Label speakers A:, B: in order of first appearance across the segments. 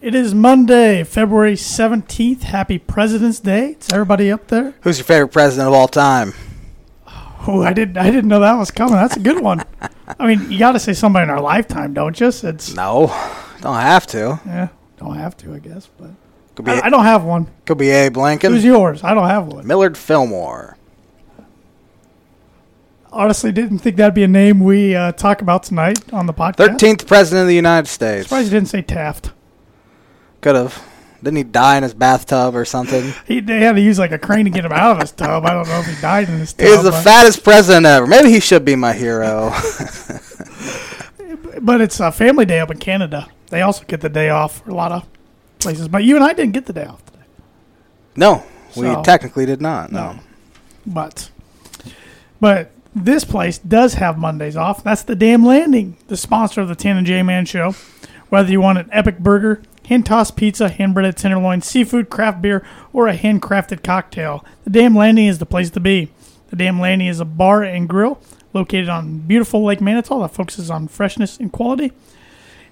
A: It is Monday, February 17th. Happy President's Day to everybody up there.
B: Who's your favorite president of all time?
A: Oh, I didn't I didn't know that was coming. That's a good one. I mean, you got to say somebody in our lifetime, don't you? It's
B: No, don't have to.
A: yeah, don't have to, I guess, but
B: Could be
A: I, I don't have one.
B: could be Abe Lincoln,
A: Who's yours? I don't have one.
B: Millard Fillmore.
A: Honestly, didn't think that'd be a name we uh, talk about tonight on the podcast.
B: Thirteenth president of the United States.
A: Surprised you didn't say Taft.
B: Could have. Didn't he die in his bathtub or something?
A: He, they had to use like a crane to get him out of his tub. I don't know if he died in his tub.
B: He's the
A: but-
B: fattest president ever. Maybe he should be my hero.
A: But it's a family day up in Canada. They also get the day off for a lot of places. But you and I didn't get the day off today.
B: no, we
A: So-
B: technically did not. No.
A: But but this place does have Mondays off. That's the Damn Landing, the sponsor of the Tan and J Man show. Whether you want an epic burger, hand tossed pizza, hand breaded tenderloin, seafood, craft beer, or a handcrafted cocktail, the Damn Landing is the place to be. The Damn Landing is a bar and grill located on beautiful Lake Manitou that focuses on freshness and quality.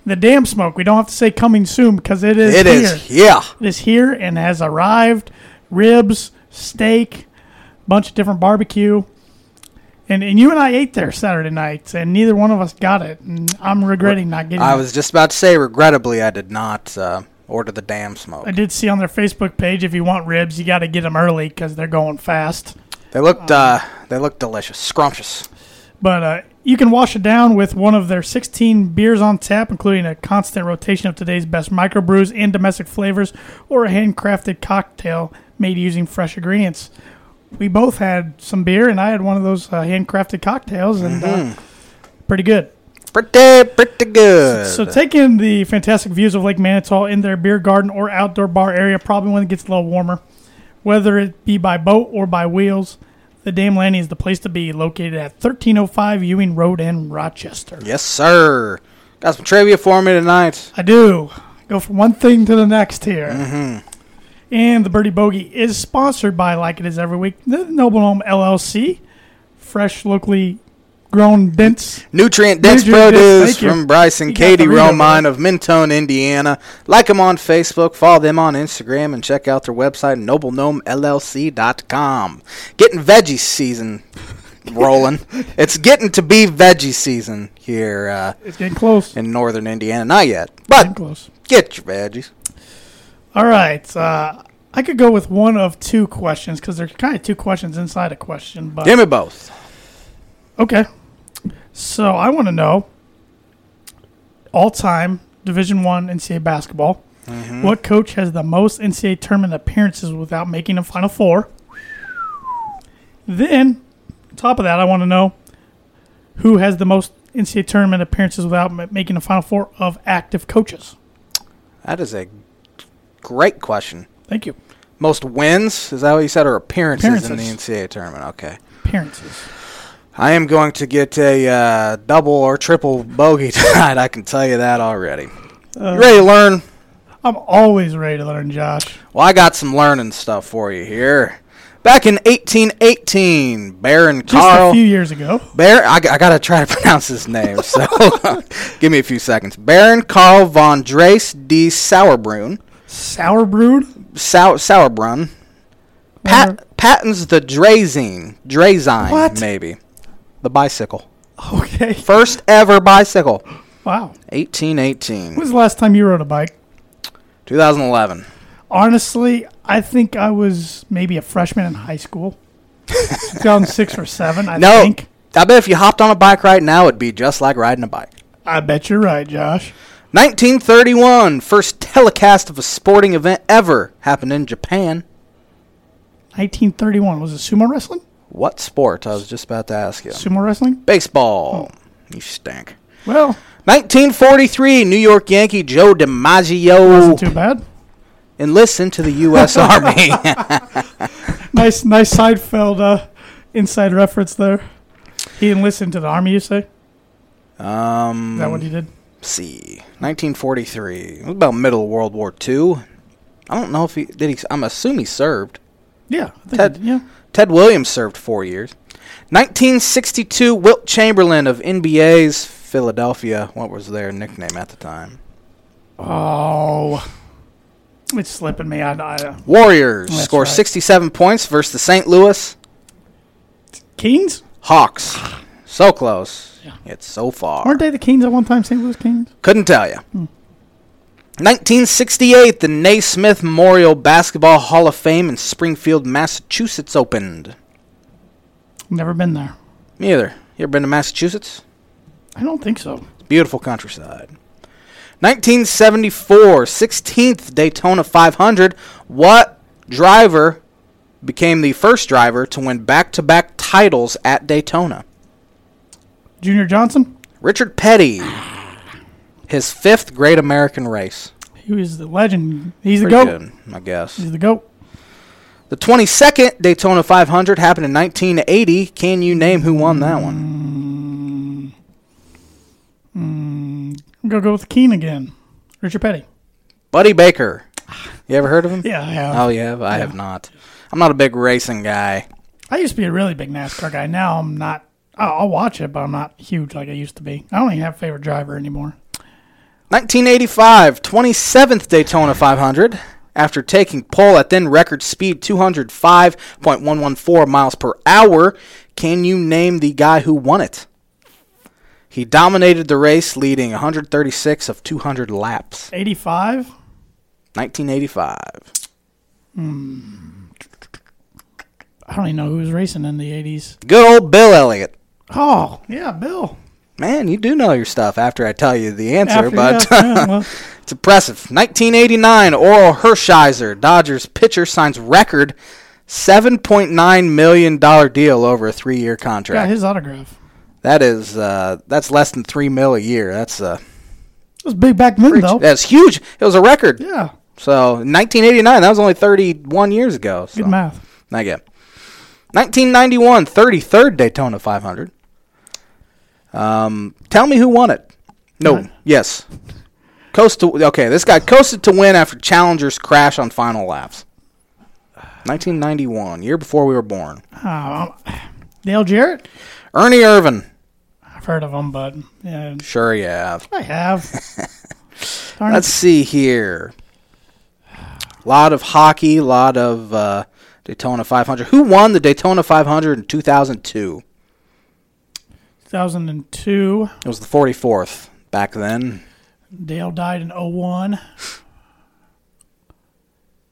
A: The Damn Smoke, we don't have to say coming soon because it is
B: It
A: here.
B: is. Yeah.
A: It is here and has arrived. Ribs, steak, bunch of different barbecue. And, and you and I ate there Saturday night, and neither one of us got it. And I'm regretting not getting
B: I
A: it.
B: was just about to say, regrettably, I did not uh, order the damn smoke.
A: I did see on their Facebook page if you want ribs, you got to get them early because they're going fast.
B: They looked. Uh, they looked delicious, scrumptious.
A: But uh, you can wash it down with one of their 16 beers on tap, including a constant rotation of today's best microbrews and domestic flavors, or a handcrafted cocktail made using fresh ingredients. We both had some beer, and I had one of those uh, handcrafted cocktails, and uh, pretty good.
B: Pretty, pretty good.
A: So take in the fantastic views of Lake Manitou in their beer garden or outdoor bar area, probably when it gets a little warmer. Whether it be by boat or by wheels, the Dam Landing is the place to be, located at 1305 Ewing Road in Rochester.
B: yes, sir. Got some trivia for me tonight.
A: I do. Go from one thing to the next here. And the Birdie Bogey is sponsored by, like it is every week, the Noble Home LLC. Fresh, locally grown, dense.
B: Nutrient dense
A: Nutrient dense,
B: produce
A: thank you.
B: from Bryce and
A: You got
B: Katie
A: the read over
B: Romine
A: there.
B: of Mentone, Indiana. Like them on Facebook, follow them on Instagram, and check out their website, noblegnomellc.com. Getting veggie season rolling. it's getting to be veggie season here uh,
A: It's getting close.
B: in northern Indiana. Not yet,
A: Getting
B: but
A: close.
B: get your veggies.
A: All right. Uh, I could go with one of two questions because there's kind of two questions inside a question. But
B: Give me both.
A: Okay. So I want to know all time Division One NCAA basketball. What coach has the most NCAA tournament appearances without making a Final Four? Then, top of that, I want to know who has the most NCAA tournament appearances without ma- making a Final Four of active coaches.
B: That is a great question.
A: Thank you.
B: Most wins? Is that what you said? Or appearances, in the
A: Appearances.
B: NCAA tournament? Okay.
A: Appearances.
B: I am going to get a uh, double or triple bogey tonight. I can tell you that already.
A: Uh.
B: you ready to learn?
A: I'm always ready to learn, Josh.
B: Well, I got some learning stuff for you here. Back in 1818, Baron
A: Just
B: Carl.
A: a few years ago.
B: Baron, I, I gotta try to pronounce his name, so give me a few seconds. Baron Carl von Drace de Sauerbrunn,
A: Sour brewed.
B: Sau- Sauerbrunn,
A: Wonder-
B: pat, patents the Drazine, Drazine,
A: Uh-huh. What?
B: maybe, the bicycle,
A: Okay.
B: first ever bicycle,
A: Wow.
B: 1818.
A: When's the last time you rode a bike?
B: 2011.
A: Honestly, I think I was maybe a freshman in high school. 2006 or 7, I
B: No,
A: think.
B: I bet if you hopped on a bike right now, it'd be just like riding a bike.
A: I bet you're right, Josh.
B: 1931, first telecast of a sporting event ever happened in Japan.
A: 1931. Was it sumo wrestling?
B: What sport? I was just about to ask you.
A: Sumo wrestling?
B: Baseball. You stink.
A: Well,
B: 1943, New York Yankee Joe
A: wasn't too
B: DiMaggio
A: bad.
B: enlisted to the U.S. Army.
A: Nice, nice Seinfeld uh, inside reference there. He enlisted to the army, you say?
B: Um,
A: Is that what he did?
B: let's see, 1943. It was about middle of World War II. I don't know if he did. He, I'm assuming he served.
A: Yeah. I think he
B: Ted-
A: did, yeah.
B: Ted Williams served four years. 1962, Wilt Chamberlain of NBA's Philadelphia. What was their nickname at the time?
A: Oh, It's slipping me. I, I,
B: Warriors
A: That's
B: score
A: right.
B: 67 points versus the St. Louis
A: Kings?
B: Hawks. So close. Yet so far.
A: Aren't they the Kings at one time, St. Louis Kings?
B: Couldn't tell you.
A: Hmm.
B: 1968, the Naismith Memorial Basketball Hall of Fame in Springfield, Massachusetts opened.
A: Never been there.
B: Me either. You ever been to Massachusetts?
A: I don't think so.
B: Beautiful countryside. 1974, 16th Daytona 500. What driver became the first driver to win back to back titles at Daytona?
A: Junior Johnson?
B: Richard Petty. His fifth Great American Race.
A: He was the legend. He's the
B: Pretty
A: GOAT.
B: good, I guess.
A: He's the GOAT.
B: The 22nd Daytona 500 happened in 1980. Can you name who won that one?
A: I'm going to go with Keen again. Richard Petty.
B: Buddy Baker. You ever heard of him?
A: Yeah, I have.
B: Oh, you have? I have not. I'm not a big racing guy.
A: I used to be a really big NASCAR guy. Now I'm not. I'll I'll watch it, but I'm not huge like I used to be. I don't even have a favorite driver anymore.
B: 1985, 27th Daytona 500. After taking pole at then record speed 205.114 miles per hour, can you name the guy who won it? He dominated the race, leading 136 of 200 laps.
A: 85?
B: 1985.
A: I don't even know who was racing in the 80s.
B: Good old Bill Elliott.
A: Oh, yeah, Bill.
B: Man, you do know your stuff after I tell you the answer,
A: After-
B: but
A: yeah, yeah, well,
B: it's impressive. 1989, Oral Hershiser, Dodgers pitcher, signs record $7.9 million deal over a three year
A: got
B: contract.
A: his autograph.
B: that is, uh, that's less than three mil a year. That's, uh,
A: It was big back then, though.
B: that's huge. It was a record.
A: Yeah,
B: So, 1989, that was only 31 years ago. So.
A: good math.
B: I get. 1991, 33rd Daytona 500. Um, tell me who won it. No,
A: What?
B: yes. Coast to, okay, this guy coasted to win after Challenger's crash on final laps. 1991, year before we were born.
A: Oh, Dale Jarrett?
B: Ernie Irvin.
A: I've heard of him, but yeah,
B: Sure, yeah.
A: I have. Darn
B: Let's
A: it.
B: see here. lot of hockey, lot of uh, Daytona 500. Who won the Daytona 500 in 2002?
A: 2002.
B: It was the 44th back then.
A: Dale died in 01.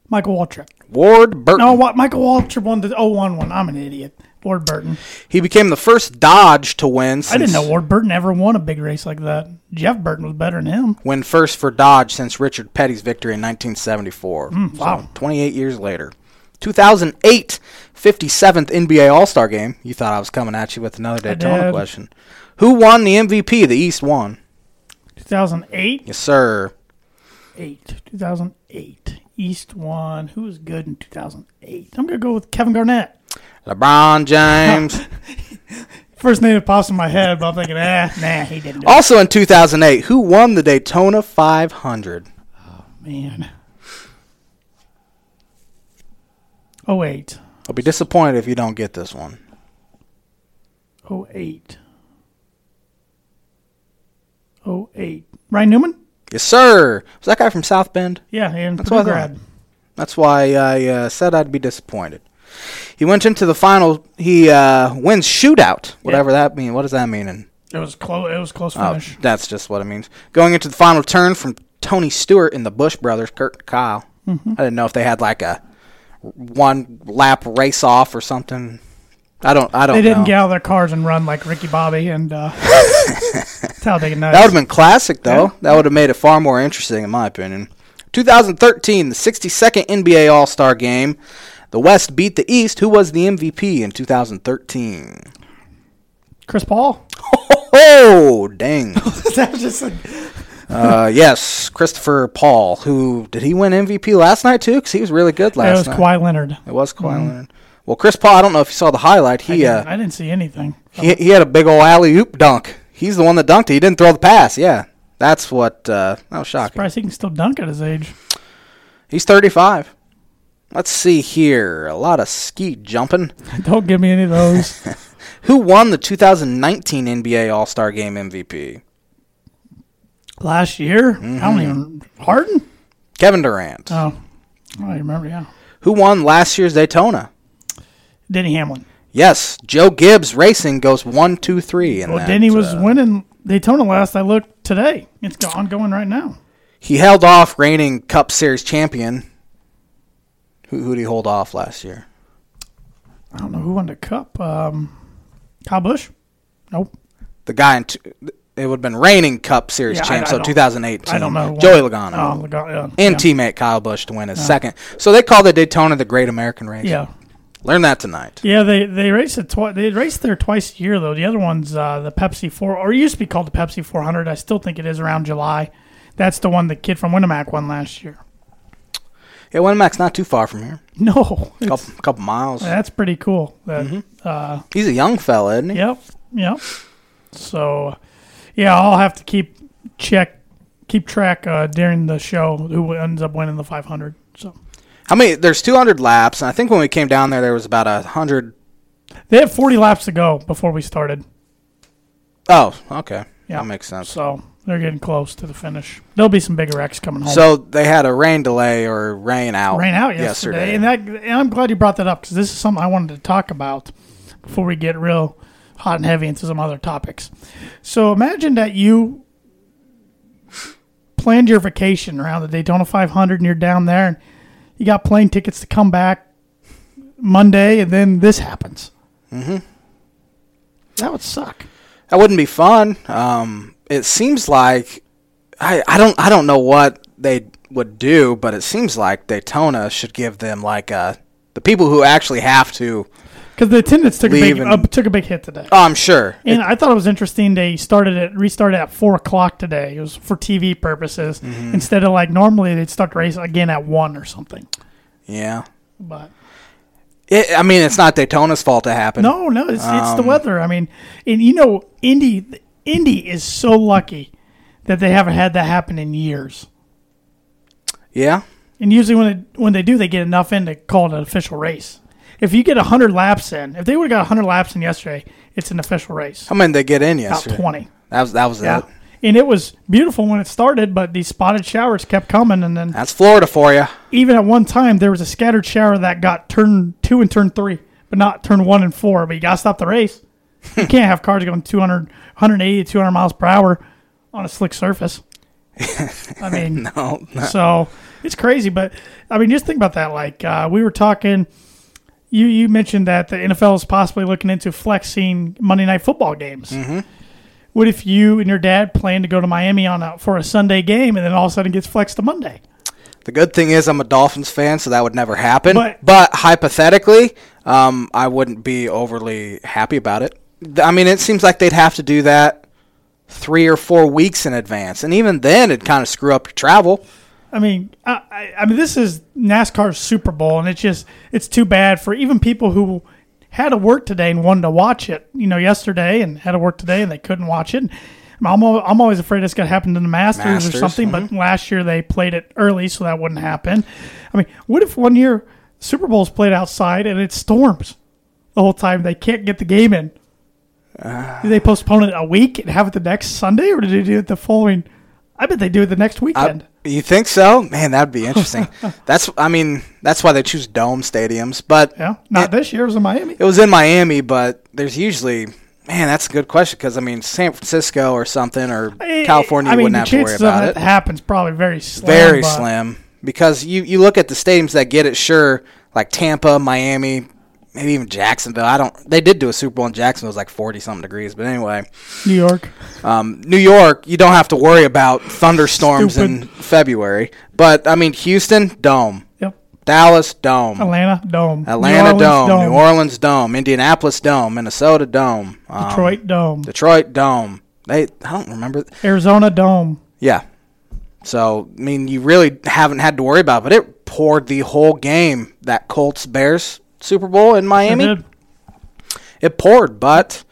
A: Michael Waltrip.
B: Ward Burton.
A: No, what Michael Waltrip won the 01 one. I'm an idiot. Ward Burton.
B: He became the first Dodge to win. Since,
A: I didn't know Ward Burton ever won a big race like that. Jeff Burton was better than him.
B: Win first for Dodge since Richard Petty's victory in 1974.
A: Hmm, wow.
B: 28 years later. 2008, 57th NBA All Star game. You thought I was coming at you with another Daytona
A: did.
B: question. Who won the MVP? The East won.
A: 2008?
B: Yes, sir.
A: 8. 2008. East won. Who was good in 2008? I'm going to go with Kevin Garnett.
B: LeBron James.
A: First name that pops in my head, but I'm thinking, ah, nah, he didn't do it.
B: also in 2008, who won the Daytona 500?
A: Man. Oh eight.
B: I'll be disappointed if you don't get this one.
A: Oh eight. Oh eight. Ryan Newman?
B: Yes, sir. Was that guy from South Bend?
A: Yeah, and
B: That's what I
A: Purdue
B: thought.
A: grad.
B: That's why I uh, said I'd be disappointed. He went into the final. He uh, wins shootout, whatever that means. What does that mean? in
A: It was close it was close
B: oh,
A: finish.
B: that's just what it means. Going into the final turn from Tony Stewart and the Bush brothers, Kurt and Kyle.
A: Mm-hmm.
B: I didn't know if they had like a one lap race off or something. I don't. I don't.
A: they didn't
B: know.
A: get out of their cars and run like Ricky Bobby and uh Talladega Nights.
B: That would have been classic, though. That would have made it far more interesting, in my opinion. 2013, the 62nd NBA All Star Game. The West beat the East. Who was the MVP in 2013?
A: Chris Paul?
B: Oh, dang.
A: that was just like
B: uh, yes, Christopher Paul, who did he win MVP last night, too? Because he was really good
A: it
B: last
A: was
B: night.
A: Kawhi Leonard.
B: It was Kawhi Leonard. Well, Chris Paul, I don't know if you saw the highlight. He,
A: Yeah.
B: uh,
A: I didn't see anything.
B: He, he had a big old alley oop dunk. He's the one that dunked it. He didn't throw the pass. Yeah. That's what. Uh, that was shocking.
A: Surprised he can still dunk at his age.
B: He's 35. Let's see here. A lot of ski jumping.
A: Don't give me any of those.
B: Who won the 2019 NBA All Star Game MVP? Mm-hmm.
A: Last year? I don't even Harden?
B: Kevin Durant.
A: Oh. Oh, I remember, yeah.
B: Who won last year's Daytona?
A: Denny Hamlin.
B: Yes, Joe Gibbs Racing goes one, two, three. In
A: Well,
B: that,
A: Denny was
B: uh,
A: winning Daytona last I looked today. It's go- ongoing right now.
B: He held off reigning Cup Series champion. Who who did he hold off last year?
A: I don't know who won the cup. Um, Kyle Busch? Nope.
B: The guy in t- it would have been reigning Cup Series
A: Yeah, I-
B: champ,
A: I
B: so
A: don't-
B: 2018.
A: I don't know.
B: Joey Logano.
A: Oh, Logano. yeah. Uh.
B: and teammate Kyle Busch to win his second. So they call the Daytona the Great American Race.
A: Yeah.
B: Learn that tonight.
A: Yeah, they they race it twice. They race there twice a year though. The other one's uh, the Pepsi Four, or it used to be called the Pepsi Four Hundred. I still think it is around July. That's the one the kid from Winnemac won last year.
B: Yeah, Winnemac's not too far from here.
A: No,
B: A
A: it's-
B: couple, Mm-hmm. couple miles.
A: that's pretty cool. That, uh,
B: He's a young fella, isn't he?
A: yep, yep. So, yeah, I'll have to keep check, keep track uh, during the show who ends up winning the five hundred. So
B: How many? There's 200 laps, and I think when we came down there, there was about a hundred.
A: they have forty laps to go before we started.
B: Oh, okay.
A: Yeah.
B: That makes sense.
A: So they're getting close to the finish. There'll be some bigger wrecks coming home.
B: So they had a rain delay or rain out.
A: Rain out yesterday, and that and I'm glad you brought that up because this is something I wanted to talk about before we get real hot and heavy into some other topics. So imagine that you planned your vacation around the Daytona 500, and you're down there, and you got plane tickets to come back Monday, and then this happens. Mm-hmm. That would suck.
B: That wouldn't be fun. Um, it seems like I, I don't I don't know what they would do, but it seems like Daytona should give them like a the people who actually have to.
A: Because the attendance took a big
B: Leave and-
A: uh, took a big hit today.
B: Oh, I'm sure.
A: And I thought it was interesting. They started it, restarted at four o'clock today. It was for TV purposes instead of like normally they'd start the race again at one or something.
B: Yeah.
A: But
B: It, I mean, it's not Daytona's fault to happen.
A: no, no, it's, it's the weather. I mean, and you know, Indy, Indy is so lucky that they haven't had that happen in years.
B: Yeah.
A: And usually when they, when they do, they get enough in to call it an official race. If you get hundred laps in, if they would have got hundred laps in yesterday, it's an official race.
B: How many did they get in
A: About
B: yesterday?
A: twenty.
B: That was that was it.
A: And it was beautiful when it started, but these spotted showers kept coming, and then
B: That's Florida for you.
A: even at one time there was a scattered shower that got turn two and turn three, but not turn one and four. But you gotta stop the race. you can't have cars going 200, 180 to 200 miles per hour on a slick surface. I mean,
B: Oh,
A: so it's crazy. But I mean, just think about that. Like uh, we were talking, you you mentioned that the NFL is possibly looking into flexing Monday night football games. What if you and your dad plan to go to Miami on a, for a Sunday game, and then all of a sudden it gets flexed to Monday?
B: the good thing is I'm a Dolphins fan, so that would never happen.
A: But-
B: But, hypothetically, um, I wouldn't be overly happy about it. Th- I mean, it seems like they'd have to do that three or four weeks in advance, and even then, it'd kind of screw up your travel.
A: I mean, I, I, I mean, this is NASCAR's Super Bowl, and it's just it's too bad for even people who had to work today and wanted to watch it, you know, yesterday, and had to work today and they couldn't watch it. I'm al- I'm always afraid it's going to happen in the Masters, or
B: Masters, mm-hmm.
A: something. But last year they played it early, so that wouldn't happen. I mean, what if one year Super Bowl's played outside and it storms the whole time? They can't get the game in.
B: Ah.
A: Did they postpone it a week and have it the next Sunday, or did they do it the following? I bet they do it the next
B: I-
A: weekend.
B: you think so? Man, that'd be interesting. that's, I mean, that's why they choose dome stadiums. But
A: Yeah, not this year. It was in Miami.
B: it was in Miami, but there's usually. Man, that's a good question because I mean, San Francisco or something or California
A: I mean,
B: wouldn't
A: the
B: have to worry
A: chances of
B: about it.
A: that happens probably very slim.
B: very
A: but-
B: slim because you, you look at the stadiums that get it sure like tampa miami maybe even jacksonville i don't they did do a super bowl in jacksonville it was like 40 something degrees but anyway
A: New York.
B: um, new york you don't have to worry about thunderstorms in
A: Stupid.
B: february but i mean houston dome
A: Yep.
B: dallas dome
A: Atlanta dome.
B: atlanta
A: Oh, New Orleans,
B: dome, new orleans dome indianapolis dome minnesota dome um,
A: Detroit dome.
B: detroit dome they i don't remember
A: Arizona dome.
B: yeah. So, I mean, you really haven't had to worry about it, but it poured the whole game, that Colts Bears Super Bowl in
A: They
B: Miami.
A: did,
B: It poured, but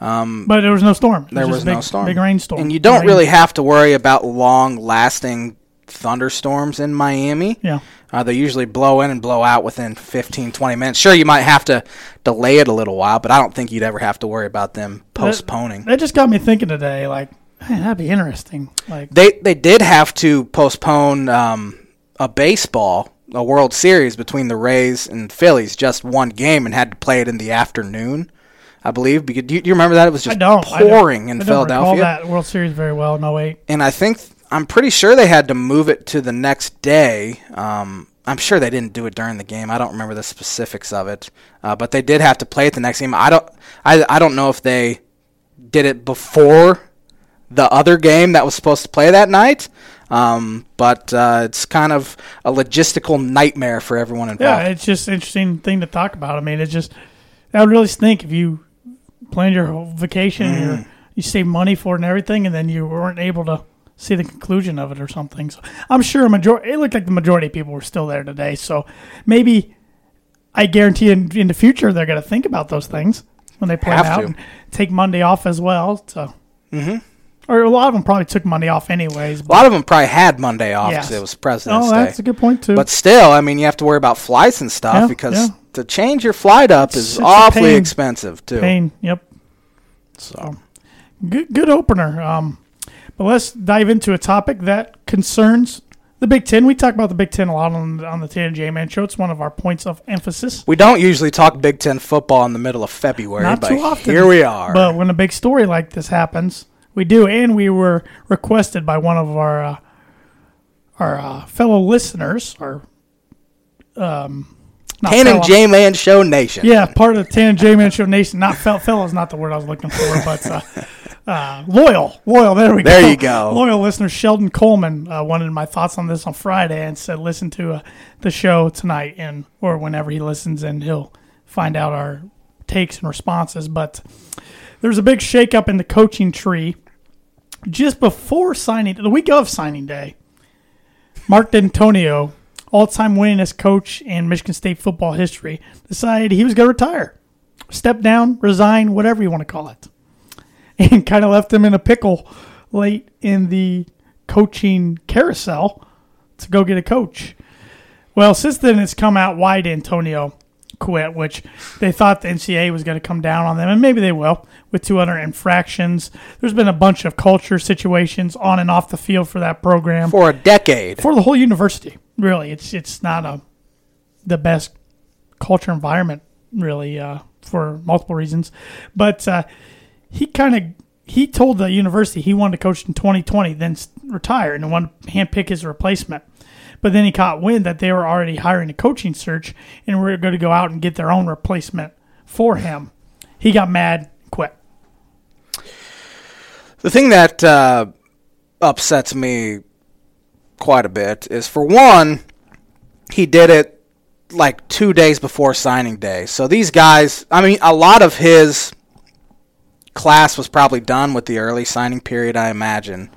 A: but there was no storm. It
B: there
A: just
B: was
A: a big,
B: no storm.
A: Big rainstorm.
B: And you don't
A: Rain.
B: really have to worry about long lasting thunderstorms in Miami.
A: Yeah.
B: Uh, they usually blow in and blow out within 15, 20 minutes. Sure, you might have to delay it a little while, but I don't think you'd ever have to worry about them postponing.
A: That just got me thinking today. Like, man, that'd be interesting. Like,
B: They they did have to postpone um, a baseball a World Series between the Rays and Phillies, just one game, and had to play it in the afternoon, I believe. Because do you, do you remember that it was
A: I
B: just
A: don't. I don't-
B: pouring in
A: I don't recall
B: Philadelphia,
A: that World Series very well. oh No wait.
B: and I think I'm pretty sure they had to move it to the next day. Um, I'm sure they didn't do it during the game. I don't remember the specifics of it, uh, but they did have to play it the next game. I don't. I I don't know if they did it before the other game that was supposed to play that night. Um, but uh, it's kind of a logistical nightmare for everyone involved.
A: Yeah, Uh, it's just an interesting thing to talk about. I mean, it's just that would really stink if you planned your whole vacation, and your, you saved money for it and everything, and then you weren't able to see the conclusion of it or something. So I'm sure a majority. It looked like the majority of people were still there today. So maybe I guarantee in, in the future they're going to think about those things when they plan
B: Have
A: out
B: to.
A: and take Monday off as well. So. Mm-hmm. Or a lot of them probably took Monday off anyways.
B: a lot of them probably had Monday off
A: Yes.
B: because it was President's
A: oh,
B: Day.
A: that's a good point too.
B: But still, I mean, you have to worry about flights and stuff
A: Yeah,
B: because
A: yeah.
B: to change your flight up is
A: It's a
B: awfully
A: pain.
B: expensive too.
A: Pain. Yep. So good, good opener. Um, but let's dive into a topic that concerns the Big Ten. We talk about the Big Ten a lot on on the TNJ Man Show. It's one of our points of emphasis.
B: We don't usually talk Big Ten football in the middle of February,
A: Not
B: but
A: too often.
B: here we are.
A: But when a big story like this happens, we do, and we were requested by one of our uh, our uh, fellow listeners, our um, not
B: Tan and
A: fellow-
B: J Man Show Nation.
A: Yeah, part of the Tan J Man Show Nation. Not fel- fellow is not the word I was looking for, but uh, uh, loyal, loyal. There we go.
B: There you go.
A: Loyal listener Sheldon Coleman uh, wanted my thoughts on this on Friday and said, listen to uh, the show tonight and or whenever he listens, and he'll find out our takes and responses. But there's a big shakeup in the coaching tree just before signing the week of signing day. Mark D'Antonio, all-time winningest coach in Michigan State football history, decided he was going to retire, step down, resign, whatever you want to call it, and kind of left them in a pickle late in the coaching carousel to go get a coach. Well, since then, it's come out why D'Antonio quit, which they thought the NCAA was going to come down on them, and maybe they will with 200 infractions. There's been a bunch of culture situations on and off the field for that program
B: For a decade.
A: for the whole university. Really, it's it's not a the best culture environment really uh, for multiple reasons, but uh, he kind of he told the university he wanted to coach in 2020, then s- retire and wanted to handpick his replacement. But then he caught wind that they were already hiring a coaching search and were going to go out and get their own replacement for him. He got mad, quit.
B: The thing that uh, upsets me quite a bit is for one, he did it like two days before signing day. So these guys, I mean, a lot of his class was probably done with the early signing period, I imagine.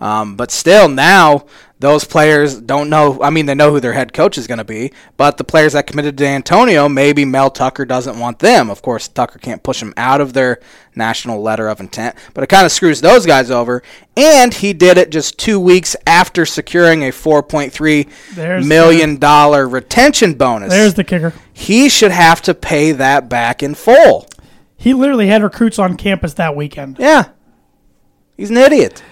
B: Um, but still, now those players don't know. I mean, they know who their head coach is going to be, but the players that committed to Antonio, maybe Mel Tucker doesn't want them. Of course, Tucker can't push them out of their national letter of intent, but it kind of screws those guys over. And he did it just two weeks after securing a four point three
A: There's the-
B: million dollar retention bonus.
A: There's the kicker.
B: he should have to pay that back in full.
A: He literally had recruits on campus that weekend.
B: Yeah, he's an idiot.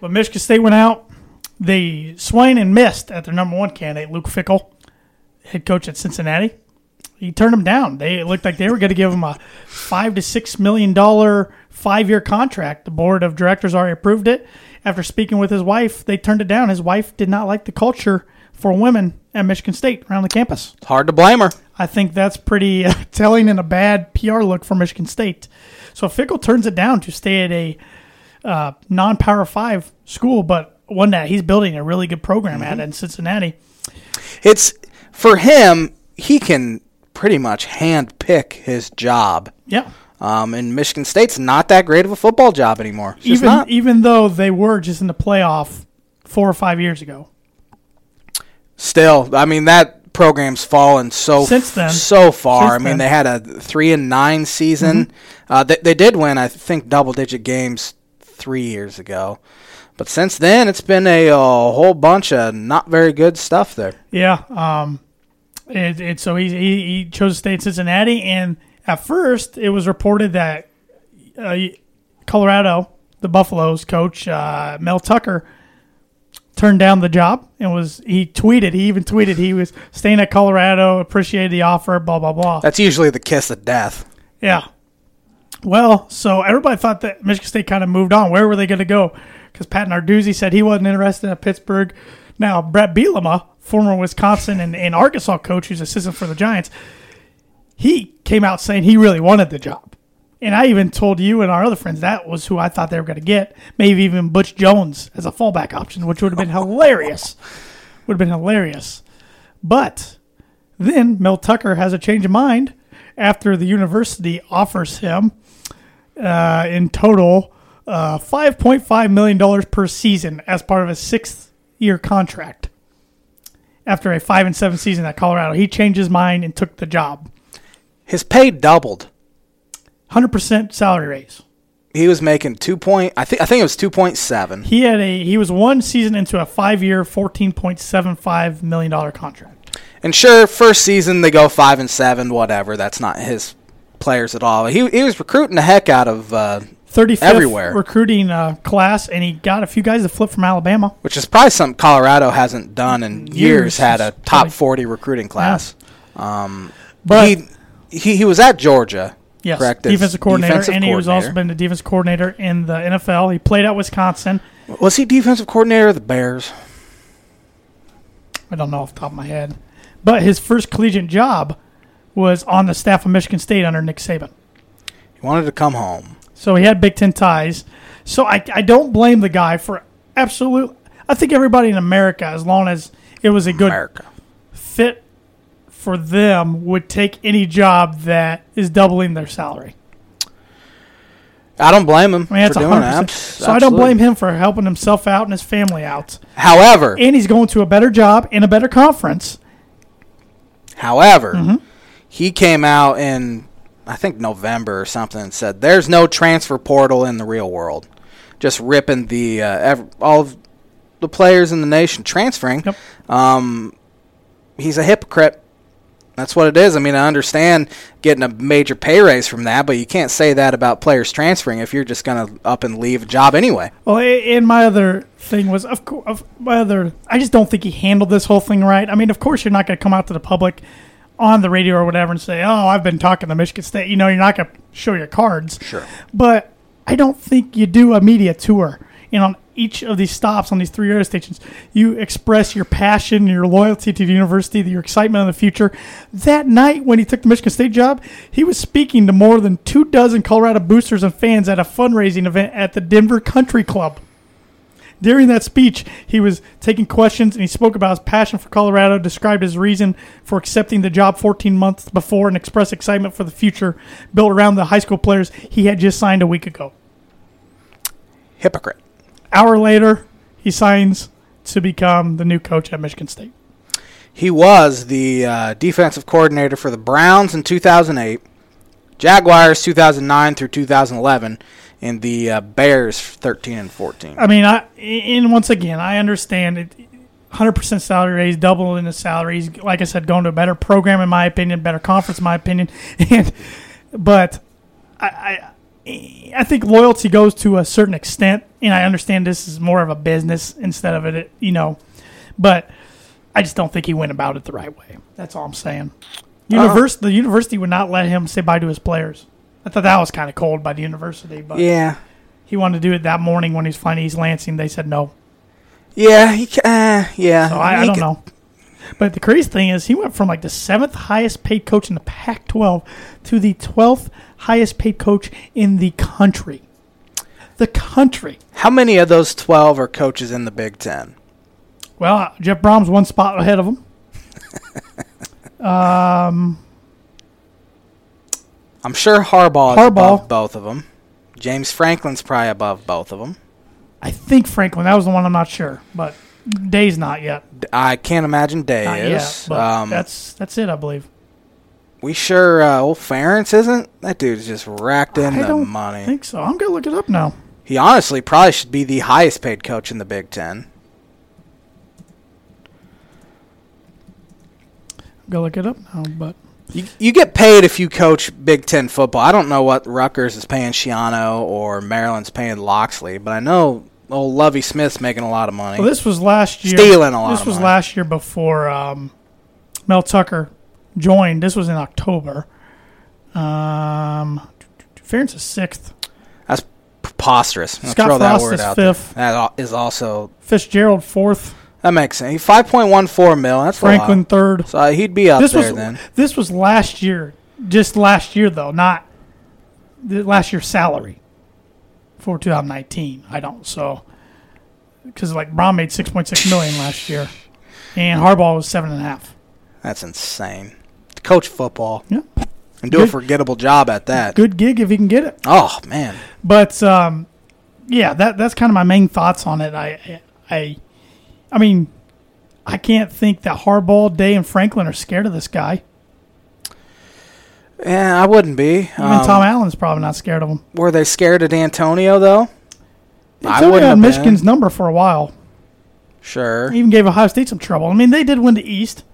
A: But Michigan State went out. They swung and missed at their number one candidate, Luke Fickle, head coach at Cincinnati. He turned him down. They it looked like they were going to give him a five to six million dollar five year contract. The board of directors already approved it. After speaking with his wife, they turned it down. His wife did not like the culture for women at Michigan State around the campus.
B: It's hard to blame her.
A: I think that's pretty uh, telling and a bad PR look for Michigan State. So Fickle turns it down to stay at a uh, non-power five school, but one that he's building a really good program at
B: Mm-hmm.
A: in Cincinnati.
B: It's for him. He can pretty much hand pick his job.
A: Yeah,
B: Um, and Michigan State's not that great of a football job anymore. It's just
A: even
B: not.
A: even though they were just in the playoff four or five years ago.
B: Still, I mean that program's fallen so
A: Since then.
B: so far.
A: Since
B: I mean
A: then. Mm-hmm.
B: they had a three and nine season. Uh, they, they did win, I think, double digit games three years ago. But since then, it's been a, uh whole bunch of not very good stuff there.
A: Yeah. Um, and, and so he, he, he chose to stay in Cincinnati. And at first, it was reported that uh, Colorado, the Buffaloes coach, uh, Mel Tucker, turned down the job and was he tweeted he even tweeted he was staying at Colorado, appreciated the offer, blah blah blah.
B: That's usually the kiss of death.
A: Yeah. Well, so everybody thought that Michigan State kind of moved on. Where were they going to go? Because Pat Narduzzi said he wasn't interested in Pittsburgh. Now Brett Bielema, former Wisconsin and, and Arkansas coach, who's assistant for the Giants, he came out saying he really wanted the job. And I even told you and our other friends that was who I thought they were going to get. Maybe even Butch Jones as a fallback option, which would have been hilarious. Would have been hilarious. But then Mel Tucker has a change of mind after the university offers him uh, in total uh, $5.5 million per season as part of a sixth year contract. After a five and seven season at Colorado, he changed his mind and took the job.
B: His pay doubled.
A: 100% salary raise.
B: He was making two point. I think I think it was two point seven.
A: He had a he was one season into a five year fourteen point seven five million dollar contract.
B: And sure, first season they go five and seven, whatever. That's not his players at all. He he was recruiting the heck out of uh,
A: Thirty fifth
B: Everywhere.
A: recruiting uh, class, and he got a few guys to flip from Alabama.
B: which is probably something Colorado hasn't done in years.
A: Mm, Years,
B: had a
A: it's probably-
B: top forty recruiting class.
A: But
B: he, he he was at Georgia.
A: yes,
B: correct. as
A: defensive coordinator,
B: defensive
A: and he was also
B: coordinator.
A: been the defense coordinator in the NFL. He played at Wisconsin.
B: was he defensive coordinator of the Bears?
A: I don't know off the top of my head, but his first collegiate job was on the staff of Michigan State under Nick Saban.
B: He wanted to come home.
A: So he had Big Ten ties. So I, I don't blame the guy for absolute. I think everybody in America, as long as it was a good
B: America.
A: fit for them, would take any job that is doubling their salary.
B: I don't blame him
A: I mean, that's
B: for
A: a
B: doing
A: hundred
B: that.
A: percent. So I don't blame him for helping himself out and his family out.
B: However,
A: And he's going to a better job in a better conference.
B: However,
A: Mm-hmm.
B: he came out in I think November or something and said there's no transfer portal in the real world. Just ripping the uh, ev- all of the players in the nation transferring.
A: Yep.
B: Um, he's a hypocrite. That's what it is. I mean, I understand getting a major pay raise from that, but you can't say that about players transferring if you're just going to up and leave a job anyway.
A: Well, Oh, a- and my other thing was, of course, my other. I just don't think he handled this whole thing right. I mean, of course, you're not going to come out to the public on the radio or whatever and say, "Oh, I've been talking to Michigan State." You know, you're not going to show your cards.
B: Sure.
A: But I don't think you do a media tour. And on each of these stops on these three radio stations, you express your passion, your loyalty to the university, your excitement of the future. That night when he took the Michigan State job, he was speaking to more than two dozen Colorado boosters and fans at a fundraising event at the Denver Country Club. During that speech, he was taking questions and he spoke about his passion for Colorado, described his reason for accepting the job 14 months before, and expressed excitement for the future built around the high school players he had just signed a week ago.
B: Hypocrite.
A: Hour later, he signs to become the new coach at Michigan State.
B: He was the uh, defensive coordinator for the Browns in 2008, Jaguars 2009 through 2011, and the uh, Bears 13 and 14.
A: I mean, I and once again, I understand it. 100% salary raise, double in the salaries. Like I said, going to a better program, in my opinion, better conference, in my opinion. And but I, I, I think loyalty goes to a certain extent, and I understand this is more of a business instead of it, you know. But I just don't think he went about it the right way. That's all I'm saying. Univers- the university would not let him say bye to his players. I thought that was kind of cold by the university, but
B: Yeah,
A: he wanted to do it that morning when he was flying to East Lansing. They said no.
B: yeah, he ca- uh, yeah.
A: So I, I
B: He
A: don't
B: ca-
A: know. But the crazy thing is, he went from like the seventh highest paid coach in the Pac 12 to the 12th highest paid coach in the country. The country.
B: How many of those 12 are coaches in the Big Ten?
A: Well, Jeff Brom's one spot ahead of him. um,
B: I'm sure Harbaugh is
A: Harbaugh.
B: above both of them. James Franklin's probably above both of them.
A: I think Franklin. That was the one I'm not sure. But Day's not yet.
B: I can't imagine Day
A: Not
B: is.
A: yet. But
B: um,
A: that's, that's it, I believe.
B: we sure uh, old Ference isn't. That dude's just racked in
A: I
B: the
A: don't
B: money.
A: think so. I'm going to look it up now.
B: He honestly probably should be the highest paid coach in the Big Ten.
A: Go look it up now, but
B: You, you get paid if you coach Big Ten football. I don't know what Rutgers is paying Shiano or Maryland's paying Loxley, but I know old Lovey Smith's making a lot of money.
A: Well, this was last year.
B: Stealing a lot
A: This
B: of
A: was
B: money.
A: last year before um, Mel Tucker joined. This was in October. Um, Ference is sixth.
B: That's preposterous. I'm gonna
A: Scott
B: throw that
A: Frost
B: word
A: is
B: out
A: fifth.
B: there. That al- is also
A: Fitzgerald fourth.
B: that makes sense. Five point one four mil. That's A
A: Franklin
B: lot.
A: third.
B: So uh, he'd be up
A: This
B: there
A: was
B: then.
A: this was last year. Just last year though, not the last year's salary for 2019. I don't so because like Brown made 6.6 million last year, and Harbaugh was seven and a half.
B: That's insane. To coach football
A: Yeah,
B: and do a
A: Good-
B: forgettable job at that.
A: good gig if you can get it.
B: Oh man,
A: But um, yeah, that that's kind of my main thoughts on it. I I I mean, I can't think that Harbaugh, Day, and Franklin are scared of this guy.
B: yeah, I wouldn't be.
A: Even
B: Um,
A: Tom Allen's probably not scared of him.
B: were they scared of D'Antonio though? I
A: Antonio
B: wouldn't
A: had
B: have
A: Michigan's
B: been.
A: number for a while.
B: Sure.
A: Even gave Ohio State some trouble. I mean, they did win the East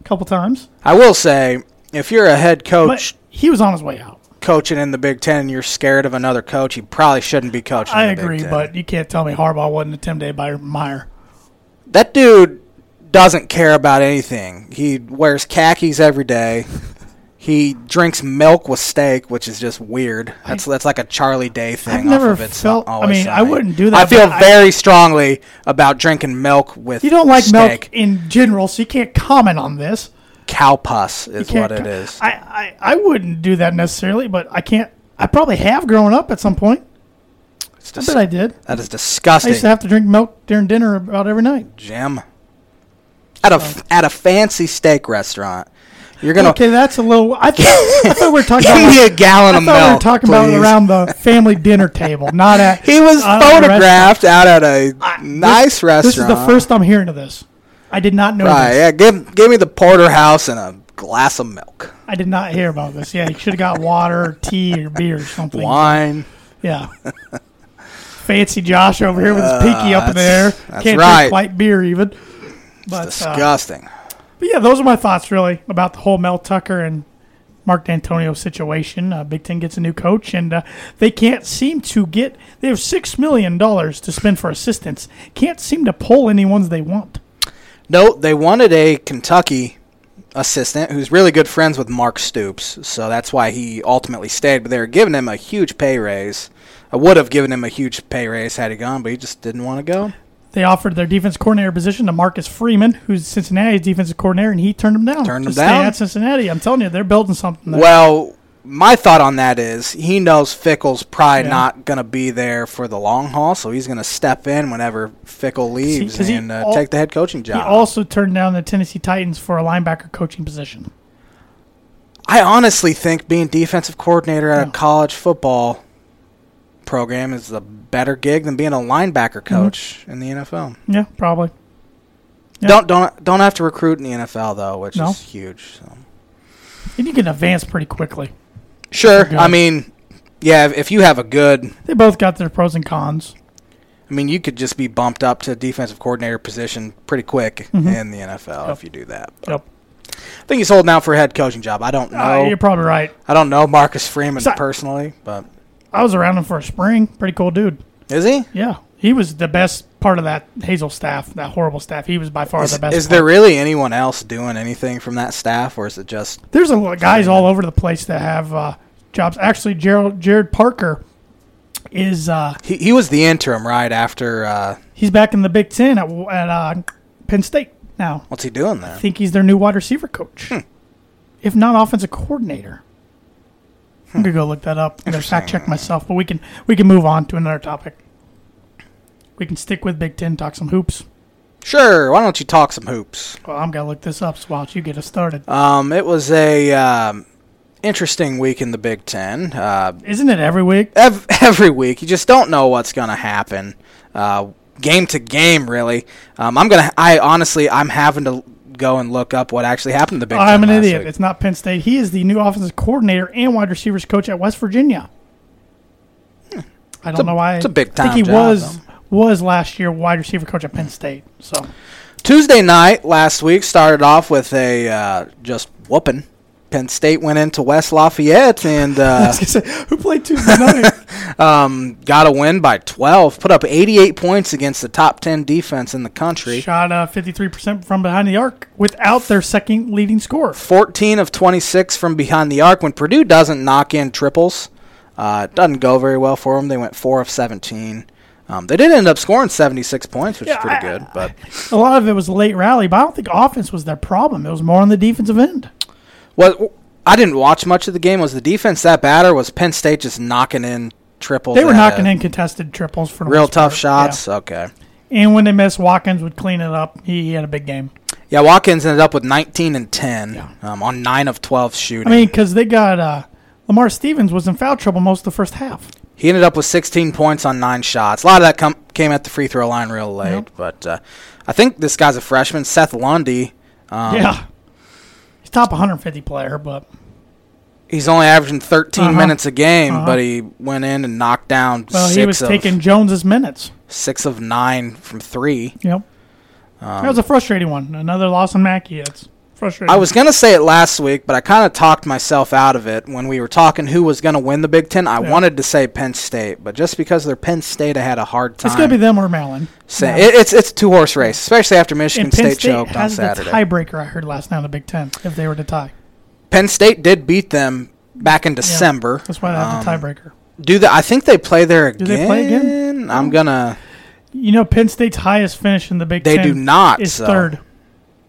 A: a couple times,
B: I will say, if you're a head coach
A: but he was on his way out.
B: coaching in the Big Ten and you're scared of another coach, you probably shouldn't be coaching.
A: I
B: in the Big
A: agree,
B: Ten.
A: but you can't tell me Harbaugh wasn't intimidated by Meyer.
B: that dude doesn't care about anything. He wears khakis every day. He drinks milk with steak, which is just weird. That's that's like a Charlie Day thing.
A: I've
B: off
A: never
B: of it's
A: felt- I
B: Always
A: mean, I
B: Sunny.
A: wouldn't do that,
B: I feel
A: but I-
B: very strongly about drinking milk with.
A: You don't like milk
B: steak.
A: in general, so you can't comment on this.
B: Cow pus is what
A: can't
B: it
A: co-
B: is.
A: I, I, I wouldn't do that necessarily, but I can't. I probably have grown up at some point.
B: It's
A: I
B: dis-
A: bet I did.
B: that is
A: I
B: disgusting.
A: used to have to drink milk during dinner about every night.
B: Jim. At a f- at a fancy steak restaurant, you're gonna
A: Okay, that's a little. I thought, I thought we were talking
B: give
A: about.
B: me a gallon
A: I
B: of
A: thought
B: milk.
A: we were talking about it
B: please.
A: around the family dinner table, not at.
B: He was
A: uh, the
B: photographed out at a
A: restaurant.
B: nice
A: this,
B: restaurant.
A: This is the first I'm hearing of this. I did not know
B: Right?
A: this.
B: Yeah. Give give me the porterhouse and a glass of milk,
A: I did not hear about this. Yeah, you should have got water, or tea, or beer, or something.
B: wine.
A: Yeah. Fancy Josh over here with his pinky up in the air.
B: Uh, that's- that's
A: Can't
B: right.
A: drink light beer even. But, uh,
B: Disgusting.
A: but yeah, those are my thoughts really about the whole Mel Tucker and Mark D'Antonio situation. Uh, Big Ten gets a new coach, and uh, they can't seem to get. They have six million dollars to spend for assistants. Can't seem to pull any ones they want.
B: No, they wanted a Kentucky assistant who's really good friends with Mark Stoops, so that's why he ultimately stayed. But they were giving him a huge pay raise. I would have given him a huge pay raise had he gone, but he just didn't want to go.
A: They offered their defense coordinator position to Marcus Freeman, who's Cincinnati's defensive coordinator, and he turned him down.
B: Turned
A: to
B: him
A: stay
B: down?
A: at Cincinnati. I'm telling you, they're building something. There.
B: Well, my thought on that is he knows Fickle's probably
A: Yeah.
B: not going to be there for the long haul, so he's going to step in whenever Fickle leaves
A: 'cause he
B: and uh,
A: al-
B: take the head coaching job.
A: He also turned down the Tennessee Titans for a linebacker coaching position.
B: I honestly think being defensive coordinator at
A: Yeah.
B: a college football program is a better gig than being a linebacker
A: Mm-hmm.
B: coach in the NFL.
A: Yeah, probably. Yeah.
B: Don't don't don't have to recruit in the NFL though, which
A: No.
B: is huge. So.
A: And you can advance pretty quickly.
B: Sure,
A: Okay.
B: I mean, yeah, if- if you have a good,
A: They both got their pros and cons.
B: I mean, you could just be bumped up to defensive coordinator position pretty quick in the NFL
A: Mm-hmm. Yep.
B: if you do that.
A: Yep.
B: I think he's holding out for a head coaching job. I don't know.
A: Uh, you're probably right.
B: I don't know Marcus Freeman
A: So-
B: personally, but
A: I was around him for a spring. Pretty cool dude.
B: is he?
A: Yeah. He was the best part of that Hazel staff, that horrible staff. He was by far
B: Is,
A: the best.
B: is
A: part.
B: there really anyone else doing anything from that staff, or is it just
A: There's a lot of guys all over the place that have uh, jobs. Actually, Gerald, Jared Parker is uh,
B: He, he was the interim right after. Uh,
A: he's back in the Big Ten at, at uh, Penn State now.
B: what's he doing there?
A: think he's their new wide receiver coach,
B: Hmm.
A: if not offensive coordinator.
B: Hmm.
A: I'm gonna go look that up. I'm gonna fact check myself, but we can we can move on to another topic. We can stick with Big Ten, talk some hoops.
B: Sure. Why don't you talk some hoops?
A: Well, I'm gonna look this up. So why don't you get us started?
B: Um, it was a um, interesting week in the Big Ten. Uh,
A: Isn't it every week?
B: ev- every week, you just don't know what's going to happen. Uh, game to game, really. Um, I'm gonna. I honestly, I'm having to go and look up what actually happened to the Big
A: Oh, I'm an
B: Ten last
A: idiot.
B: week.
A: It's not Penn State. He is the new offensive coordinator and wide receivers coach at West Virginia. I don't
B: a-
A: know why.
B: Hmm. it's a big
A: I
B: time
A: think he
B: job,
A: was was last year wide receiver coach at Penn State. So
B: Tuesday night last week started off with a uh, just whooping. Penn State went into West Lafayette and uh,
A: I was gonna say, who played Tuesday night?
B: um, got a win by 12, put up 88 points against the top 10 defense in the country.
A: Shot uh, 53% from behind the arc without their second leading scorer.
B: 14 of 26 from behind the arc when Purdue doesn't knock in triples. Uh, it doesn't go very well for them. They went 4 of 17. Um, they did end up scoring 76 points, which
A: Yeah,
B: is pretty
A: I-
B: good. But
A: A lot of it was late rally, but I don't think offense was their problem. It was more on the defensive end.
B: what I didn't watch much of the game. Was the defense that bad, or was Penn State just knocking in triples?
A: They were
B: at
A: knocking
B: a-
A: in contested triples for the
B: real
A: most
B: tough
A: part.
B: shots.
A: Yeah.
B: Okay.
A: And when they missed, Watkins would clean it up. He, he had a big game.
B: Yeah, Watkins ended up with 19 and 10 um, on 9 of 12 shooting.
A: I mean, because they got uh, Lamar Stevens was in foul trouble most of the first half.
B: he ended up with 16 points on 9 shots. A lot of that com- came at the free throw line real late,
A: Yep.
B: but uh, I think this guy's a freshman, Seth Lundy. Um,
A: yeah. He's top 150 player, but
B: He's only averaging 13
A: Uh-huh.
B: minutes a game,
A: Uh-huh.
B: but he went in and knocked down
A: well,
B: six,
A: he was
B: of,
A: taking Jones's minutes.
B: six of 9 from 3.
A: Yep. that was a frustrating one. Another loss on Mackey. It's frustrating.
B: I was going to say it last week, but I kind of talked myself out of it when we were talking who was going to win the Big Ten. I
A: Yeah.
B: wanted to say Penn State, but just because they're Penn State, I had a hard time.
A: It's going to be them or Maryland.
B: Say, it, it's it's a two horse race, especially after Michigan
A: and Penn
B: State,
A: State
B: choked on
A: has the
B: Saturday.
A: tiebreaker. I heard last night in the Big Ten. If they were to tie,
B: Penn State did beat them back in December.
A: that's why they have the
B: Um,
A: tiebreaker.
B: Do the, I think they play there again?
A: they play again?
B: I'm gonna.
A: You know, Penn State's highest finish in the Big
B: They
A: Ten
B: do not.
A: is
B: so
A: third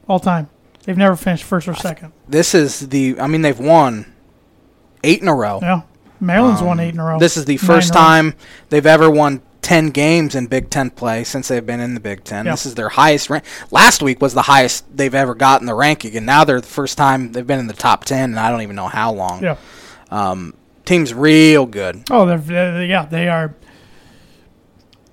A: all time. They've never finished first or second.
B: This is the. I mean, they've won eight in a row.
A: Yeah, Maryland's won
B: Um,
A: eight in a row.
B: This is the
A: Nine
B: first
A: in a row.
B: time they've ever won 10 games in Big Ten play since they've been in the Big Ten.
A: Yeah.
B: This is their highest rank. Last week was the highest they've ever gotten the ranking, and now they're the first time they've been in the top 10, and I don't even know how long.
A: Yeah.
B: Um, team's real good.
A: Oh, they're, they yeah, they are.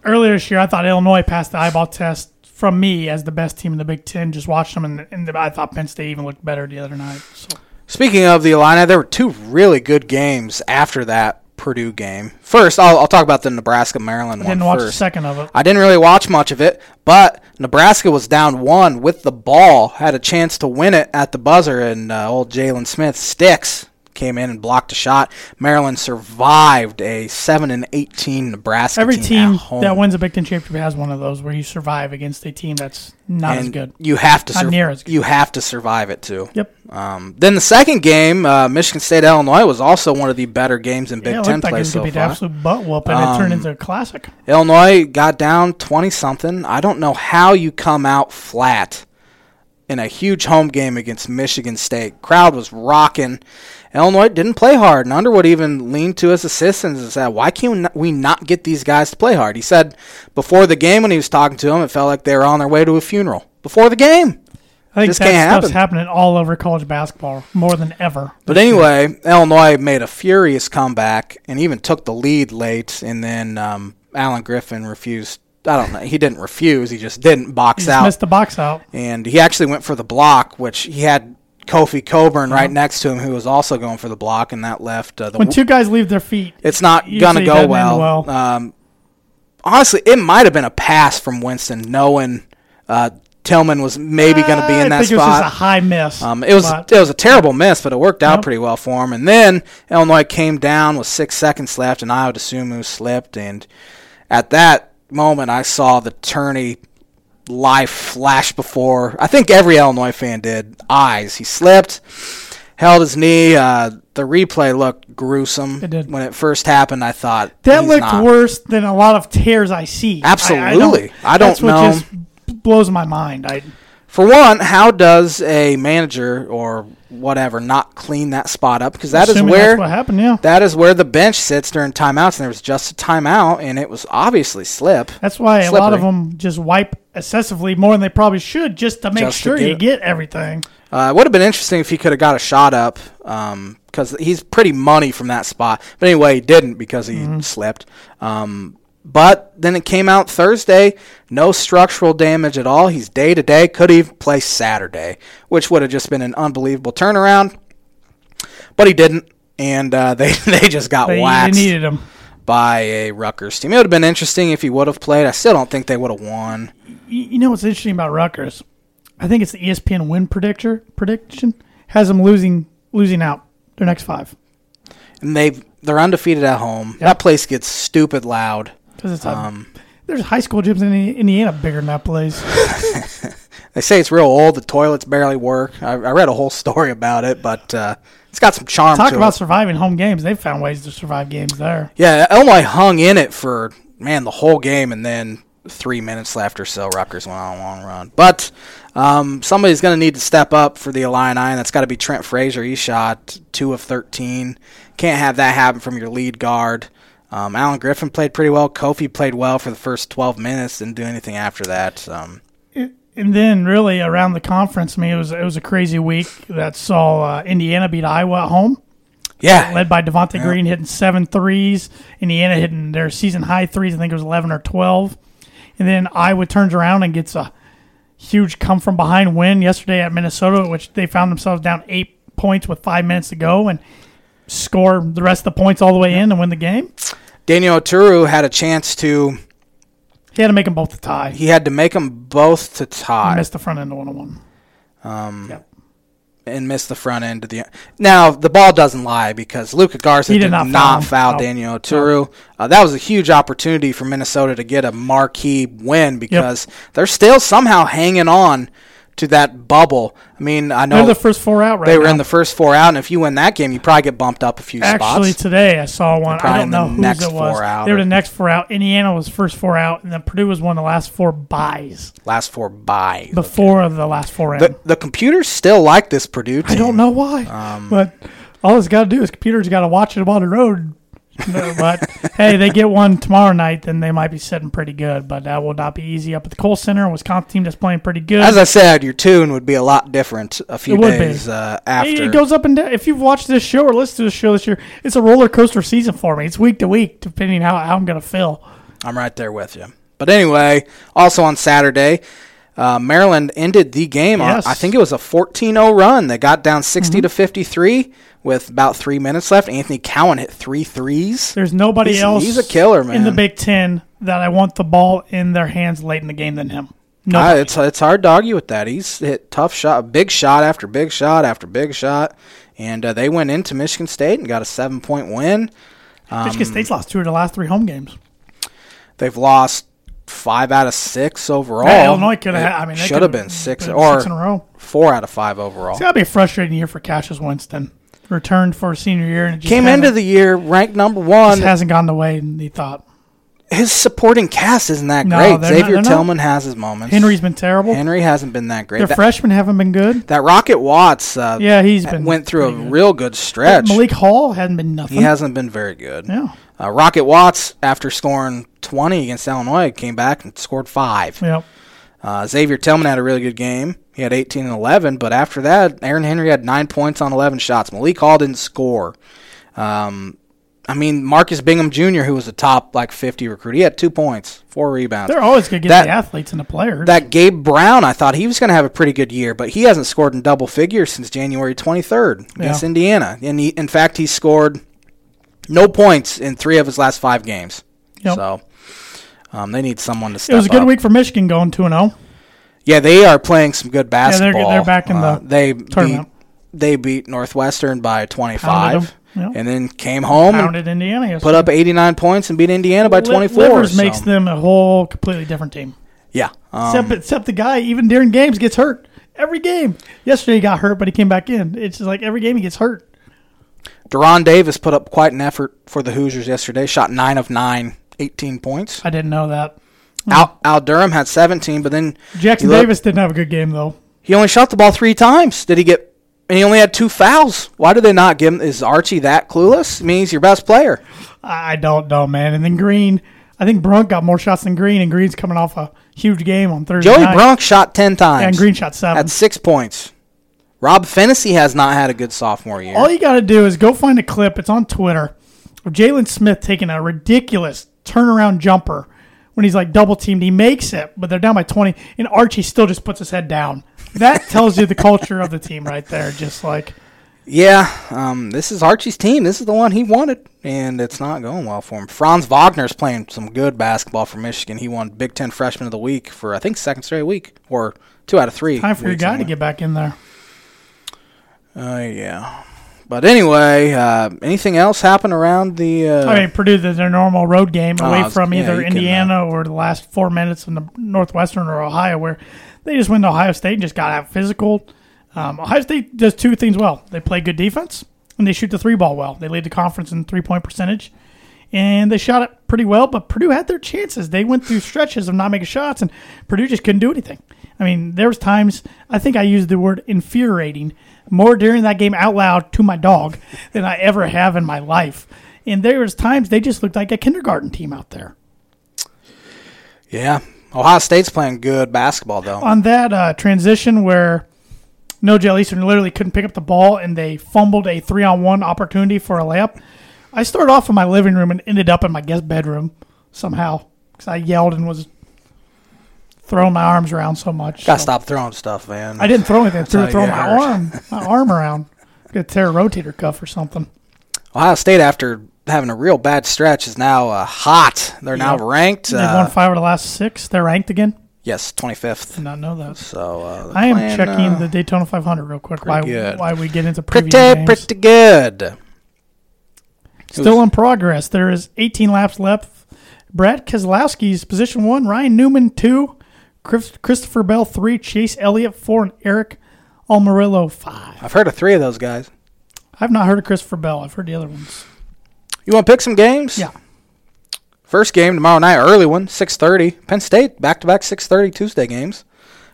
A: Earlier this year, I thought Illinois passed the eyeball test from me as the best team in the Big Ten. Just watched them, and, and I thought Penn State even looked better the other night. So.
B: Speaking of the Illini, there were two really good games after that Purdue game. First, I'll, I'll talk about the Nebraska Maryland one
A: Didn't watch a
B: first.
A: second of it.
B: I didn't really watch much of it, but Nebraska was down one with the ball, had a chance to win it at the buzzer, and uh, old Jalen Smith sticks came in and blocked a shot. Maryland survived a seven and eighteen Nebraska
A: Every
B: at
A: team
B: home.
A: that wins a Big Ten championship has one of those where you survive against a team that's not
B: and
A: as good.
B: You have to
A: Not
B: sur-
A: near as good.
B: you have to survive it too.
A: Yep.
B: Um, then the second game, uh, Michigan State Illinois was also one of the better games in Big
A: yeah, it
B: Ten
A: looked like it
B: play
A: was
B: so
A: going to be an
B: far. Um,
A: absolute butt whoop, and it turned into a classic.
B: Illinois got down 20 something. I don't know how you come out flat in a huge home game against Michigan State. Crowd was rocking. Illinois didn't play hard, and Underwood even leaned to his assistants and said, Why can't we not- we not get these guys to play hard? He said before the game when he was talking to them, it felt like they were on their way to a funeral. Before the game.
A: I think
B: Just
A: that
B: can't
A: stuff's happening all over college basketball more than ever.
B: But anyway, Illinois made a furious comeback and even took the lead late. And then um, Alan Griffin refused. I don't know. He didn't refuse. He just didn't box
A: He
B: out.
A: just missed the box out.
B: and he actually went for the block, which he had Kofi Coburn right
A: Uh-huh.
B: next to him, who was also going for the block, and that left uh, the.
A: When two guys leave their feet,
B: it's not
A: usually
B: gonna
A: it
B: go
A: doesn't end
B: well.
A: well.
B: Um, honestly, it might have been a pass from Winston, knowing uh, Tillman was maybe gonna be in
A: I
B: that
A: think it was
B: spot.
A: just a high miss.
B: Um, it was
A: but
B: it was a terrible miss, but it worked out
A: Yep.
B: pretty well for him. And then Illinois came down with six seconds left, and Iowa DeSumo slipped. And at that moment, I saw the tourney life flash before. I think every Illinois fan did. Eyes. He slipped, held his knee. Uh, the replay looked gruesome.
A: It did.
B: When it first happened, I thought
A: that
B: "He's
A: looked
B: not."
A: worse than a lot of tears I see. I-
B: Absolutely. I don't
A: that's what
B: know.
A: Just b- blows my mind. I
B: For one, how does a manager or whatever not clean that spot up? Because that is
A: assuming
B: where
A: that's what happened. Yeah,
B: That is where the bench sits during timeouts, and there was just a timeout, and it was obviously slip.
A: that's why a lot of
B: slippery.
A: them just wipe excessively more than they probably should, just to make
B: Just to
A: sure
B: get
A: you
B: it.
A: get everything.
B: Uh, it would have been interesting if he could have got a shot up, because he's pretty money from that spot. But anyway, he didn't because he
A: Mm-hmm.
B: slipped. Um, but then it came out Thursday, no structural damage at all. He's day to day, could even play Saturday, which would have just been an unbelievable turnaround. But he didn't, and uh, they they just got
A: They, they
B: waxed.
A: needed them.
B: by a Rutgers team. It would have been interesting if he would have played. I still don't think they would have won.
A: You, you know what's E interesting about Rutgers? I think it's the ESPN win predictor prediction has them losing losing out their next five
B: and they they're undefeated at home. That place gets stupid loud.
A: because it's a,
B: Um,
A: there's high school gyms in Indi- Indiana bigger than that place.
B: They say it's real old. The toilets barely work. I, I read a whole story about it, but uh, it's got some charm.
A: Talk
B: to
A: about
B: it.
A: surviving home games. They've found ways to survive games there.
B: yeah. Illinois hung in it for man the whole game, and then three minutes left or so, Rutgers went on a long run. But um, somebody's going to need to step up for the Illini, and that's got to be Trent Frazier. He shot two of thirteen. Can't have that happen from your lead guard. Um, Alan Griffin played pretty well. Kofi played well for the first 12 minutes. Didn't do anything after that. Um,
A: And then, really, around the conference, I mean, it was it was a crazy week that saw uh, Indiana beat Iowa at home,
B: yeah,
A: led by Devontae Green hitting seven threes. Indiana hitting their season high threes. I think it was eleven or twelve. And then Iowa turns around and gets a huge come from behind win yesterday at Minnesota, which they found themselves down eight points with five minutes to go and score the rest of the points all the way in and win the game.
B: Daniel Oturu had a chance to
A: He had to make them both to tie.
B: He had to make them both to tie
A: I missed the front end one on one. Um,
B: and miss the front end of the. Now the ball doesn't lie because Luca Garza
A: He
B: did, not foul,
A: him. No.
B: Daniel Oturu. Uh, that was a huge opportunity for Minnesota to get a marquee win because they're still somehow hanging on to that bubble. I mean, I
A: They're
B: know
A: the first four out right
B: they were
A: now.
B: in the first four out, and if you win that game, you probably get bumped up a few
A: Actually,
B: spots.
A: today I saw one. I
B: Probably
A: don't
B: in the
A: know whose
B: next
A: it was.
B: four out
A: They were the
B: or-
A: next four out. Indiana was first four out, and then Purdue was one of the last four buys
B: Last four by
A: before the last four in.
B: the the computers still like this Purdue team.
A: I don't know why,
B: Um,
A: but all it's got to do is computers got to watch it on the road. No, but hey, they get one tomorrow night, then they might be sitting pretty good. But that will not be easy up at the Cole Center. Wisconsin team that's playing pretty good.
B: As I said, your tune would be a lot different a few
A: It would be.
B: days uh, after.
A: It- It goes up and down. If you've watched this show or listened to this show this year, it's a roller coaster season for me. It's week to week, depending how, how I'm going to feel.
B: I'm right there with you. But anyway, also on Saturday, uh, Maryland ended the game. on-
A: Yes. Mm-hmm.
B: I think it was a 14-0 run. They got down 60 to 53 with about three minutes left. Anthony Cowan hit three threes.
A: There's nobody
B: He's-
A: else.
B: he's a killer, man.
A: in the Big Ten that I want the ball in their hands late in the game than him. No,
B: Ah, it's it's hard to argue with that. He's hit tough shot, big shot after big shot after big shot, and uh, they went into Michigan State and got a seven point win. um,
A: Michigan State's lost two of their last three home games.
B: They've lost five out of six overall.
A: Yeah, Illinois could
B: It
A: have. I mean, they
B: should have
A: coulda
B: been six
A: been
B: or
A: six in a row.
B: four out of five overall.
A: It's got to be a frustrating year for Cassius Winston. Returned for his senior year and it just
B: came
A: kinda-
B: into the year ranked number
A: just
B: one.
A: hasn't gone the way he thought.
B: His supporting cast isn't that
A: No,
B: great.
A: they're not-
B: Xavier
A: they're not.
B: Tillman has his moments.
A: Henry's been terrible.
B: Henry hasn't been that great.
A: their
B: That,
A: freshmen haven't been good.
B: that Rocket Watts uh,
A: Yeah, he's been
B: went through a
A: pretty good.
B: real good stretch.
A: Malik Hall hasn't been nothing.
B: he hasn't been very good.
A: Yeah.
B: Uh, Rocket Watts, after scoring 20 against Illinois, came back and scored five.
A: Yep.
B: Uh, Xavier Tillman had a really good game. He had 18 and 11, but after that, Aaron Henry had nine points on 11 shots. Malik Hall didn't score. Um, I mean, Marcus Bingham Jr., who was a top like 50 recruit, he had two points, four rebounds.
A: They're always going to get
B: That-
A: the athletes and the players.
B: that Gabe Brown, I thought he was going to have a pretty good year, but he hasn't scored in double figures since January 23rd against
A: Yeah.
B: Indiana. And he, in fact, he scored no points in three of his last five games.
A: Yep.
B: So um, they need someone to step
A: it was a good
B: up.
A: week for Michigan going oh. 2 0.
B: Yeah, they are playing some good
A: they're good.
B: basketball.
A: They're back in
B: Uh,
A: the
B: they
A: tournament.
B: Beat, they beat Northwestern by 25
A: Pounded 'em, yeah.
B: and then came home and
A: Pounded Indiana. yesterday.
B: put up 89 points and beat Indiana by
A: Li-
B: 24.
A: Livers
B: so-
A: makes them a whole completely different team.
B: Yeah. Um,
A: Except, except the guy, even during games, gets hurt. Every game. Yesterday he got hurt, but he came back in. It's just like every game he gets hurt.
B: Deron Davis put up quite an effort for the Hoosiers yesterday, shot 9 of 9, 18 points.
A: I didn't know that.
B: Al, Al Durham had 17, but then
A: Jackson
B: you look-
A: Davis didn't have a good game, though.
B: he only shot the ball three times. Did he get. And he only had two fouls. Why do they not give him? Is Archie that clueless? I mean, he's your best player.
A: I I don't know, man. And then Green, I think Brunk got more shots than Green, and Green's coming off a huge game on Thursday
B: Joey
A: night.
B: Brunk shot 10 times.
A: and Green shot seven.
B: That's six points. Rob Fennessy has not had a good sophomore year.
A: All you got to do is go find a clip. It's on Twitter of Jalen Smith taking a ridiculous turnaround jumper when he's like double teamed. He makes it, but they're down by 20, and Archie still just puts his head down. That tells you the culture of the team right there. Just like,
B: Yeah, um, this is Archie's team. This is the one he wanted, and it's not going well for him. Franz Wagner's playing some good basketball for Michigan. He won Big Ten Freshman of the Week for I think second straight week or two out of three.
A: time for your
B: weeks
A: guy to
B: only.
A: get back in there.
B: Uh, yeah. But anyway, uh, anything else happen around the? Uh,
A: I mean, Purdue did their normal road game
B: Oh, I
A: away
B: was-
A: from
B: yeah, you
A: either
B: can, uh,
A: Indiana or the last four minutes in the Northwestern or Ohio, where they just went to Ohio State and just got out physical. Um, Ohio State does two things well: they play good defense and they shoot the three ball well. They lead the conference in three point percentage, and they shot it pretty well. But Purdue had their chances. They went through stretches of not making shots, and Purdue just couldn't do anything. I mean, there was times I think I used the word infuriating more during that game out loud to my dog than I ever have in my life. And there was times they just looked like a kindergarten team out there.
B: yeah, Ohio State's playing good basketball though.
A: On that uh, transition where No Jail Eastern literally couldn't pick up the ball and they fumbled a three on one opportunity for a layup, I started off in my living room and ended up in my guest bedroom somehow because I yelled and was throwing my arms around so much.
B: Gotta
A: So-
B: stop throwing stuff, man.
A: I didn't throw anything. I
B: how
A: threw,
B: you
A: throw
B: get
A: my
B: hurt.
A: arm, my arm around. Gonna tear a rotator cuff or something.
B: Ohio State, after having a real bad stretch, is now uh, hot. They're now
A: Yep.
B: ranked.
A: They've won
B: Uh,
A: five of the last six. They're ranked again.
B: yes, twenty fifth.
A: Did not know that.
B: So uh,
A: I am
B: playing,
A: checking
B: uh,
A: the Daytona 500 real quick. Why?
B: good.
A: Why we get into
B: pretty
A: preview games?
B: pretty good.
A: Still in progress. There is 18 laps left. Brad Keselowski's position one. Ryan Newman two. Chris, Christopher Bell three. Chase Elliott four. And Eric Almarillo five.
B: I've heard of three of those guys.
A: I've not heard of Christopher Bell. I've heard the other ones.
B: You want to pick some games?
A: Yeah.
B: First game tomorrow night, early one, six thirty. Penn State back to back six thirty Tuesday games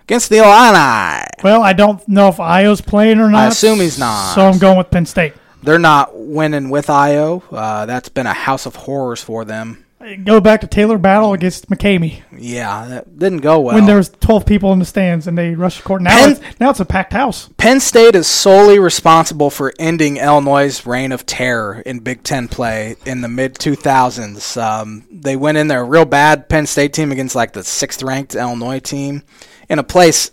B: against the Illini.
A: Well, I don't know if Io's playing or not.
B: assume he's not.
A: So I'm going with Penn State.
B: They're not winning with Io. Uh, that's been a house of horrors for them.
A: Go back to Taylor Battle against McCamey
B: Yeah, that didn't go well.
A: when there was 12 people in the stands and they rushed the court. Now,
B: Penn-
A: it's, now it's a packed house.
B: Penn State is solely responsible for ending Illinois' reign of terror in Big Ten play in the mid 2000s. Um, they went in there a real bad Penn State team against like the sixth ranked Illinois team in a place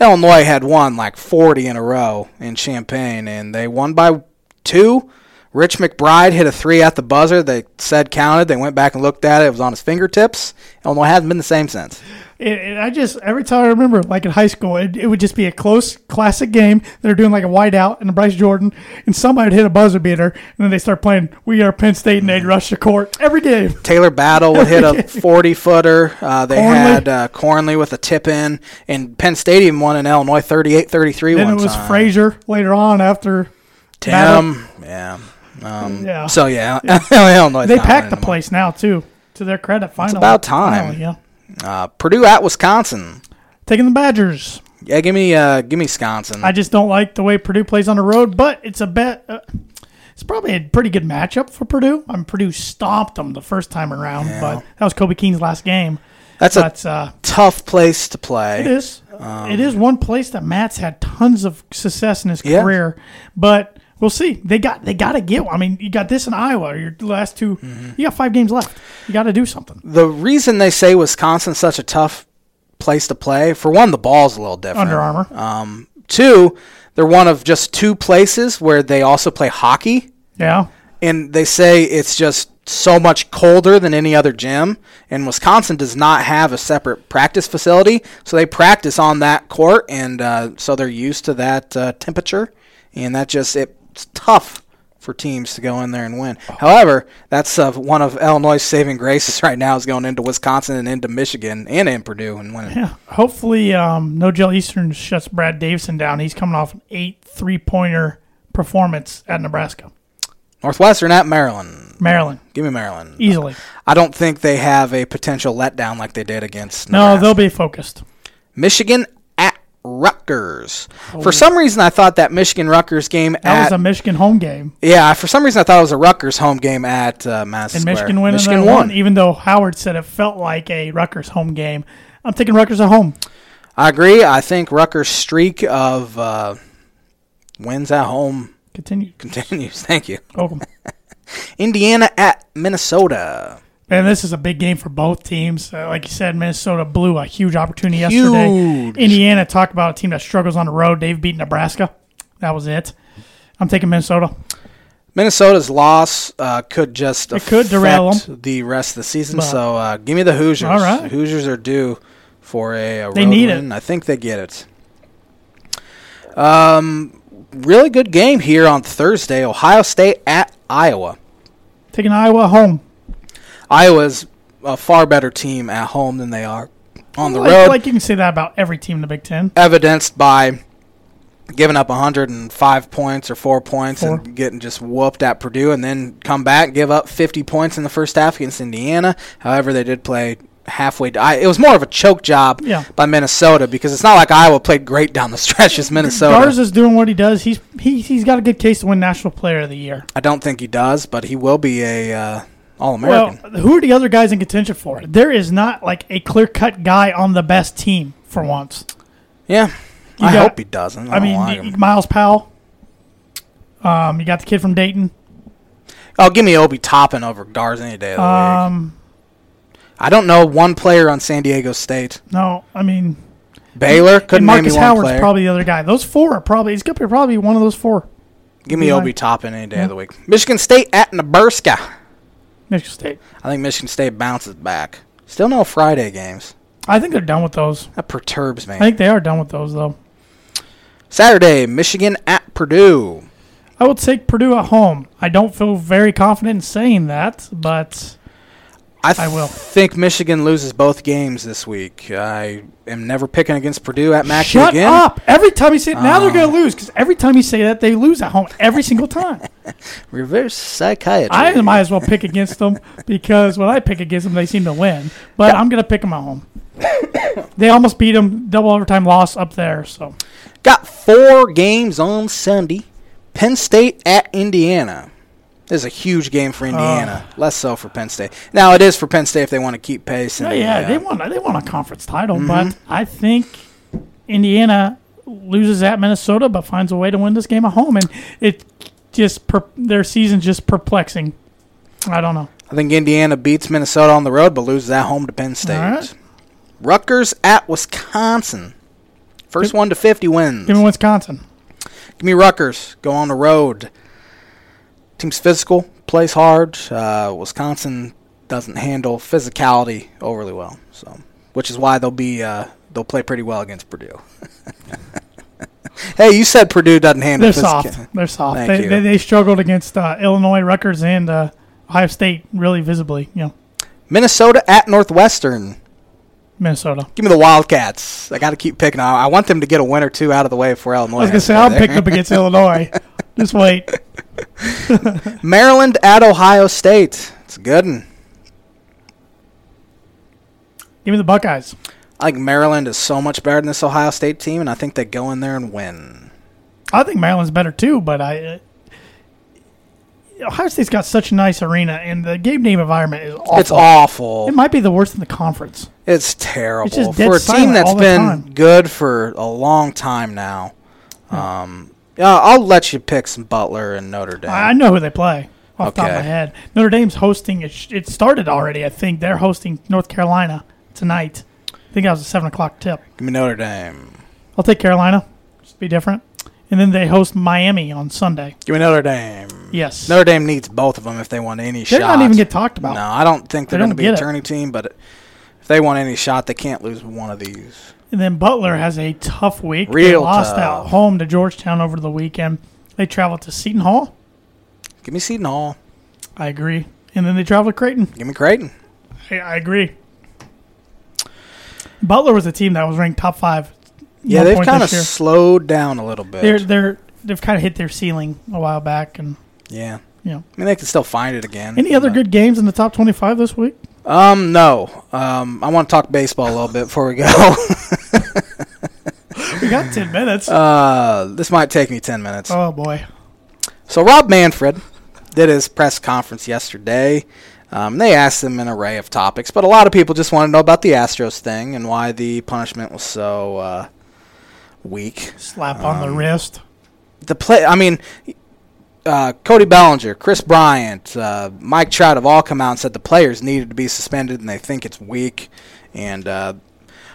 B: Illinois had won like 40 in a row in Champaign, and they won by two. Rich McBride hit a three at the buzzer. They said counted. They went back and looked at it. It was on his fingertips. Illinois hasn't been the same since.
A: It, it, I just, every time I remember, like in high school, it, it would just be a close, classic game. They're doing like a whiteout and Bryce Jordan, and somebody would hit a buzzer beater, and then they start playing We Are Penn State, and
B: Mm.
A: they'd rush the court every game.
B: Taylor Battle would hit a 40 footer. Uh, they
A: Cornley.
B: had uh, Cornley with a tip in, and Penn Stadium won in Illinois 38 33
A: Then
B: one
A: it was
B: time.
A: Frazier later on after.
B: Tim.
A: Battle.
B: Yeah. Um,
A: Yeah.
B: So, yeah, Illinois.
A: They packed the place now, too, to their credit, finally.
B: about time.
A: Finally, yeah.
B: Uh, Purdue at Wisconsin.
A: Taking the Badgers.
B: Yeah, give me, uh, give me Wisconsin.
A: I just don't like the way Purdue plays on the road, but it's a bet. Uh, it's probably a pretty good matchup for Purdue. I mean, Purdue stomped them the first time around, but that was Kobe Keene's last game.
B: That's a
A: but uh,
B: tough place to
A: it
B: play.
A: is it is one place that Matt's had tons of success in his
B: Yeah.
A: career, but we'll see. They got they got to get. I mean, you got this in Iowa. Your last 2
B: Mm-hmm.
A: you got five games left. You got to do something.
B: The reason they say Wisconsin's such a tough place to play, for one, the ball's a little different.
A: Under Armour.
B: Um, two, they're one of just two places where they also play hockey.
A: Yeah,
B: and they say it's just so much colder than any other gym and wisconsin does not have a separate practice facility so they practice on that court and uh, so they're used to that uh, temperature and that just it's tough for teams to go in there and win
A: Oh.
B: however that's uh, one of illinois saving graces right now is going into wisconsin and into michigan and in purdue and winning
A: yeah. Hopefully, um, No Jail Eastern shuts Brad Davison down. He's coming off an eight three pointer performance at Nebraska.
B: northwestern at maryland
A: Maryland
B: give me maryland
A: easily.
B: i don't think they have a potential letdown like they did against
A: No,
B: Nebraska.
A: they'll be focused.
B: Michigan at Rutgers. For some reason, I thought that Michigan Rutgers game
A: Oh. That was
B: at
A: a Michigan home game,
B: yeah. For some reason, I thought it was a Rutgers home game at uh, Madison
A: and
B: Square.
A: Michigan went
B: Michigan
A: and they
B: won.
A: won. Even though Howard said it felt like a Rutgers home game, I'm taking Rutgers at home.
B: I agree. I think Rutgers' streak of uh, wins at home
A: Continue,
B: continues. Thank you.
A: Oklahoma.
B: Indiana at Minnesota.
A: Man, this is a big game for both teams. Uh, like you said, Minnesota blew a huge opportunity yesterday.
B: Huge.
A: Indiana talked about a team that struggles on the road. They've beaten Nebraska. That was it. I'm taking Minnesota.
B: Minnesota's loss uh, could just
A: It could derail
B: affect the rest of the season.
A: But-
B: so uh, give me the Hoosiers.
A: All right.
B: Hoosiers are due for a, a
A: They
B: road
A: need it.
B: win. I think they get it. Um, really good game here on Thursday. Ohio State at Iowa.
A: Taking Iowa home.
B: Iowa's a far better team at home than they are on the
A: like,
B: road,
A: Like you can say that about every team in the Big Ten.
B: evidenced by giving up 105 points or four points
A: Four.
B: and getting just whooped at Purdue, and then come back and give up 50 points in the first half against Indiana. However, they did play halfway. I, it was more of a choke job
A: Yeah.
B: by Minnesota because it's not like Iowa played great down the stretch as Minnesota.
A: Garza's doing what he does. He's he, he's got a good case to win National Player of the Year.
B: I don't think he does, but he will be a uh, All
A: Well,
B: American.
A: who are the other guys in contention for it? There is not like a clear cut guy on the best team for once.
B: yeah,
A: You
B: I
A: got-
B: hope he doesn't. I,
A: I
B: don't
A: mean,
B: like
A: y-
B: him.
A: Miles Powell. Um, you got the kid from Dayton.
B: Oh, give me Obi Toppin over Garza any day of the week.
A: Um,
B: I don't know one player on San Diego State.
A: no, I mean,
B: Baylor
A: and
B: couldn't name me
A: Marcus
B: one
A: Howard's
B: player.
A: probably the other guy. Those four are probably he's gonna be probably one of those four.
B: give me
A: be
B: Obi
A: mine.
B: Toppin any day of the week. Michigan State at Nebraska.
A: Michigan State.
B: I think Michigan State bounces back. Still no Friday games.
A: I think they're done with those.
B: That perturbs me.
A: I think they are done with those though.
B: Saturday, Michigan at Purdue.
A: I would take Purdue at home. I don't feel very confident in saying that, but
B: I, th-
A: I will.
B: think Michigan loses both games this week. I am never picking against Purdue at Mac
A: shut
B: again. Ah.
A: up! Every time you say it, now they're going to lose because every time you say that, they lose at home every single time.
B: Reverse psychiatry.
A: I might as well pick against them because when I pick against them, they seem to win. But I'm going to pick them at home. they almost beat them double overtime loss up there. So
B: Got four games on Sunday. Penn State at Indiana. This is a huge game
A: Uh.
B: for Indiana. Less so for Penn State. Now it is for Penn State if they want to keep pace.
A: yeah,
B: And, uh,
A: yeah, they won. They won a conference title, but
B: Mm-hmm.
A: I think Indiana loses at Minnesota, but finds a way to win this game at home, and it just per- their season's just perplexing. I don't know.
B: I think Indiana beats Minnesota on the road, but loses at home to Penn State.
A: All right.
B: Rutgers at Wisconsin. First one to fifty wins.
A: Give me Wisconsin.
B: Give me Rutgers. Go on the road. Team's physical, plays hard. Uh, Wisconsin doesn't handle physicality overly well, so which is why they'll be uh, they'll play pretty well against Purdue. hey, you said Purdue doesn't handle.
A: They're
B: physica-
A: soft. They're soft.
B: Thank
A: They,
B: you.
A: they, they struggled against uh, Illinois, Rutgers, and uh, Ohio State really visibly. You know,
B: Minnesota at Northwestern.
A: Minnesota.
B: Give me the Wildcats. I got to keep picking. I, I want them to get a win or two out of the way before
A: I
B: Illinois.
A: was gonna
B: has
A: say
B: go
A: I'll
B: there.
A: pick them against Illinois. Just wait.
B: Maryland at Ohio State. It's a good one.
A: Give me the Buckeyes.
B: I think Maryland is so much better than this Ohio State team, and I think they go in there and win.
A: I think Maryland's better too, but I. Uh, Ohio State's got such a nice arena, and the game day environment is awful.
B: It's awful.
A: It might be the worst in the conference.
B: It's terrible
A: It's just dead
B: for a team
A: silent
B: that's
A: all the
B: been
A: time. Hmm.
B: good for a long time now. Um, yeah, I'll let you pick some Butler and Notre Dame.
A: I I know who they play off the top
B: Okay.
A: of my head. Notre Dame's hosting. It, sh- it started already, I think. They're hosting North Carolina tonight. I think that was a seven o'clock tip.
B: Give me Notre Dame.
A: I'll take Carolina. Just be different. And then they host Miami on Sunday.
B: Give me Notre Dame.
A: Yes.
B: Notre Dame needs both of them if they want any
A: They're
B: shot.
A: not even get talked about.
B: No, I don't think
A: They
B: they're
A: don't
B: going to be a
A: get it.
B: turning team, but if they want any shot, they can't lose one of these.
A: And then Butler has a tough week. they
B: Real
A: lost
B: tough.
A: at home to Georgetown over the weekend. They traveled to Seton Hall.
B: Give me Seton Hall.
A: I agree. And then they traveled to Creighton.
B: Give me Creighton.
A: I, I agree. Butler was a team that was ranked top five. at
B: Yeah,
A: one
B: they've
A: point
B: kind of
A: this year.
B: slowed down a little bit.
A: they're they're they've kind of hit their ceiling a while back, and
B: yeah,
A: you know,
B: I mean they can still find it again.
A: any other
B: but-
A: good games in the top twenty-five this week?
B: Um, no. Um, I want to talk baseball a little bit before we go.
A: We got ten minutes.
B: Uh, this might take me 10 minutes.
A: oh boy,
B: So, Rob Manfred did his press conference yesterday. Um, they asked him an array of topics, but a lot of people just want to know about the Astros thing and why the punishment was so uh, weak.
A: slap on
B: um,
A: the wrist.
B: The play, I mean, uh, Cody Bellinger, Chris Bryant, uh, Mike Trout have all come out and said the players needed to be suspended, and they think it's weak. And uh,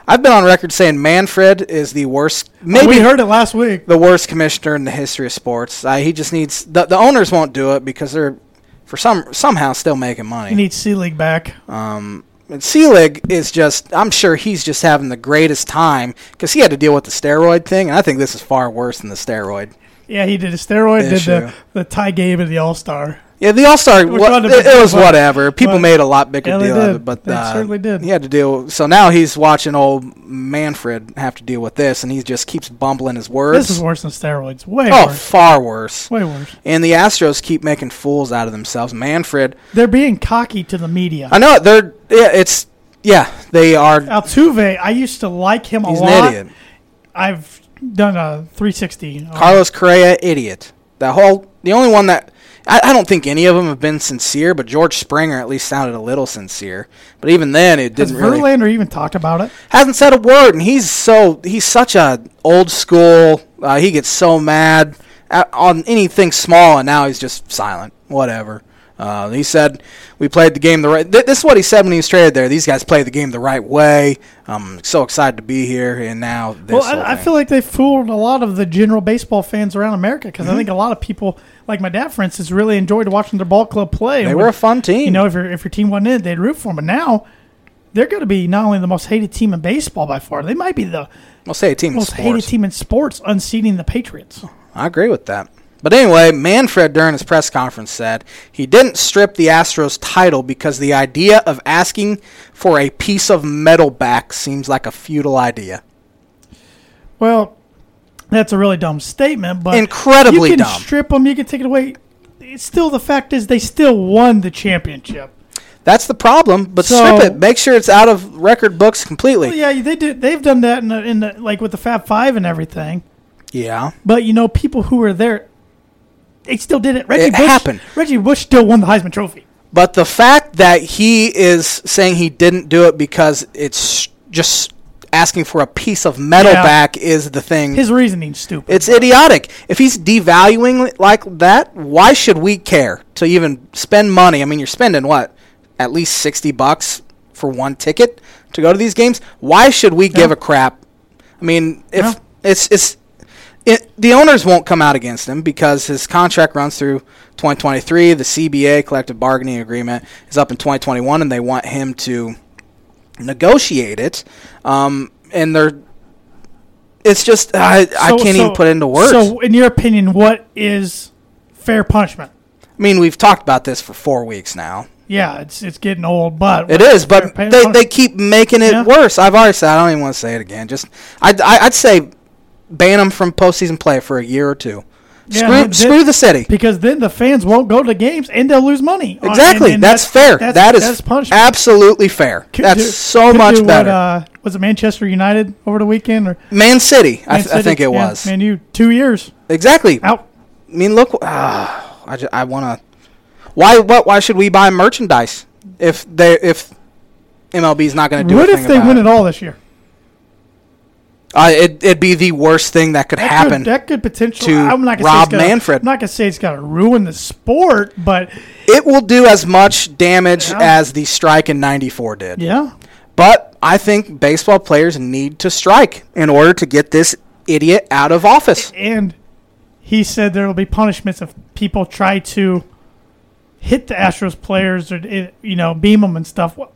B: I've been on record saying Manfred is the worst, maybe
A: we heard it last week.
B: the worst commissioner in the history of sports. Uh, he just needs the, the owners won't do it because they're for some somehow still making
A: He
B: money.
A: needs C League back.
B: Um, and Selig is just I'm sure he's just having the greatest time because he had to deal with the steroid thing, and I think this is far worse than the steroid.
A: Yeah, he did a steroid, did
B: Issue.
A: the, the Ty Gabe of the All Star.
B: Yeah, the All Star.
A: We're
B: What,
A: trying to
B: it,
A: pick
B: it was
A: one.
B: whatever. People
A: But-
B: made a lot bigger
A: Yeah, they
B: deal out of
A: did.
B: it, but
A: They
B: uh,
A: certainly did.
B: He had to deal. So now he's watching old Manfred have to deal with this, and he just keeps bumbling his words.
A: This is worse than steroids. Way
B: oh,
A: worse.
B: far worse.
A: Way worse.
B: And the Astros keep making fools out of themselves. Manfred,
A: They're being cocky to the media.
B: I know it, they're. Yeah, it's yeah, they are.
A: Altuve, I used to like him a
B: He's
A: lot.
B: an idiot.
A: I've done a 360. on-
B: Carlos Correa, idiot. The whole the only one that I, I don't think any of them have been sincere, but George Springer at least sounded a little sincere. But even then, it
A: Has
B: didn't really.
A: Verlander even talked about it?
B: hasn't said a word, and he's so he's such a old school. Uh, he gets so mad at, on anything small, and now he's just silent. Whatever. Uh, he said we played the game the right. Th- this is what he said when he was traded there. These guys played the game the right way. I'm so excited to be here, and now this.
A: Well,
B: whole
A: I, I
B: thing.
A: feel like they fooled a lot of the general baseball fans around America because
B: Mm-hmm.
A: I think a lot of people, like my dad, for instance, really enjoyed watching their ball club play.
B: they
A: And
B: were
A: when-
B: a fun team.
A: You know, if your if your team won in, it, they'd root for them. But now, they're going to be not only the most hated team in baseball by far, they might be the
B: I'll say a team. in
A: most hated
B: sports.
A: team in sports, unseating the Patriots.
B: I agree with that. But anyway, Manfred during his press conference said he didn't strip the Astros title because the idea of asking for a piece of metal back seems like a futile idea.
A: Well, that's a really dumb statement, but
B: Incredibly
A: you can
B: dumb.
A: strip them, you can take it away. It's still the fact is they still won the championship.
B: That's the problem, but
A: So-
B: strip it. Make sure it's out of record books completely.
A: Well, yeah, they did. They've done that in the, in the like with the Fab Five and everything.
B: yeah.
A: But you know, people who were there, they still did it. Reggie
B: It
A: Bush,
B: happened.
A: Reggie Bush still won the Heisman Trophy.
B: But the fact that he is saying he didn't do it because it's just asking for a piece of metal
A: Yeah.
B: back is the thing.
A: His reasoning's stupid.
B: It's idiotic. If he's devaluing like that, why should we care to even spend money? I mean, you're spending what? At least 60 bucks for one ticket to go to these games? Why should we give a crap? I mean, if
A: Yeah.
B: it's it's it, the owners won't come out against him because his contract runs through 2023. The CBA collective bargaining agreement is up in 2021 and they want him to negotiate it. Um, and they're it's just I, I
A: So-
B: can't
A: so-
B: even put it into words.
A: So, in your opinion, what is fair punishment?
B: I mean, we've talked about this for four weeks now.
A: Yeah, it's it's getting old, but
B: It is, but
A: Fair
B: they, they
A: punishment.
B: keep making it
A: Yeah.
B: worse. I've already said I don't even want to say it again. Just I'd, I- I'd say ban them from postseason play for a year or two.
A: Yeah,
B: screw
A: that-
B: screw the city.
A: because then the fans won't go to games and they'll lose money. on-
B: Exactly.
A: and- and
B: that's, fair.
A: That's,
B: that is
A: that's punishment.
B: absolutely fair.
A: Could
B: that's
A: do-
B: so
A: could
B: much
A: do
B: better.
A: What, uh, was it Manchester United over the weekend or
B: Man City, I,
A: Man
B: th- I
A: City?
B: think it
A: Yeah,
B: was
A: Man, you two years
B: exactly.
A: out.
B: I mean, look, ah, I, ju- I want to. Why what? Why should we buy merchandise if they if MLB's not going to do?
A: What
B: a
A: if
B: thing
A: they
B: about
A: win
B: it?
A: it all this year?
B: Uh, it, it'd be the worst thing that could
A: That
B: happen.
A: Could, that could potentially.
B: to
A: I'm not gonna
B: Rob
A: say it's gonna,
B: Manfred.
A: I'm not gonna say it's gonna ruin the sport, but
B: it will do as much damage
A: Yeah.
B: as the strike in '94 did.
A: yeah,
B: But I think baseball players need to strike in order to get this idiot out of office.
A: and he said there will be punishments if people try to hit the Astros players or eh, you know beam them and stuff. Well,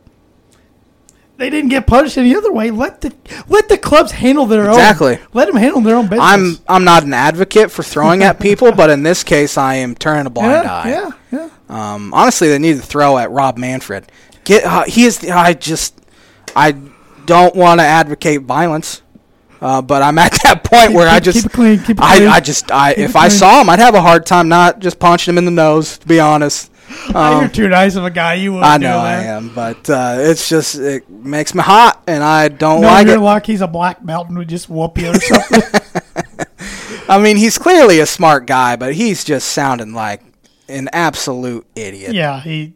A: They didn't get punished any other way. Let the let the clubs handle their own.
B: Exactly.
A: Let them handle their own business.
B: I'm I'm not an advocate for throwing at people, but in this case, I am turning a blind
A: yeah,
B: eye.
A: yeah, yeah.
B: Um, honestly, they need to throw at Rob Manfred. Get uh, he is. The, I just I don't want to advocate violence, uh, but I'm at that point
A: Keep-
B: where I
A: keep-
B: just
A: keep it clean, keep it
B: I,
A: clean.
B: I just I
A: Keep
B: if
A: it
B: I
A: clean.
B: saw him, I'd have a hard time not just punching him in the nose. To be honest,
A: You're too nice of a guy. You wouldn't
B: Um, I
A: do
B: know I
A: that.
B: am, but uh, it's just it makes me hot, and I don't
A: No,
B: like
A: you're
B: it.
A: lucky he's a black belt and would just whoop you or something.
B: I mean, he's clearly a smart guy, but he's just sounding like an absolute idiot.
A: yeah, he.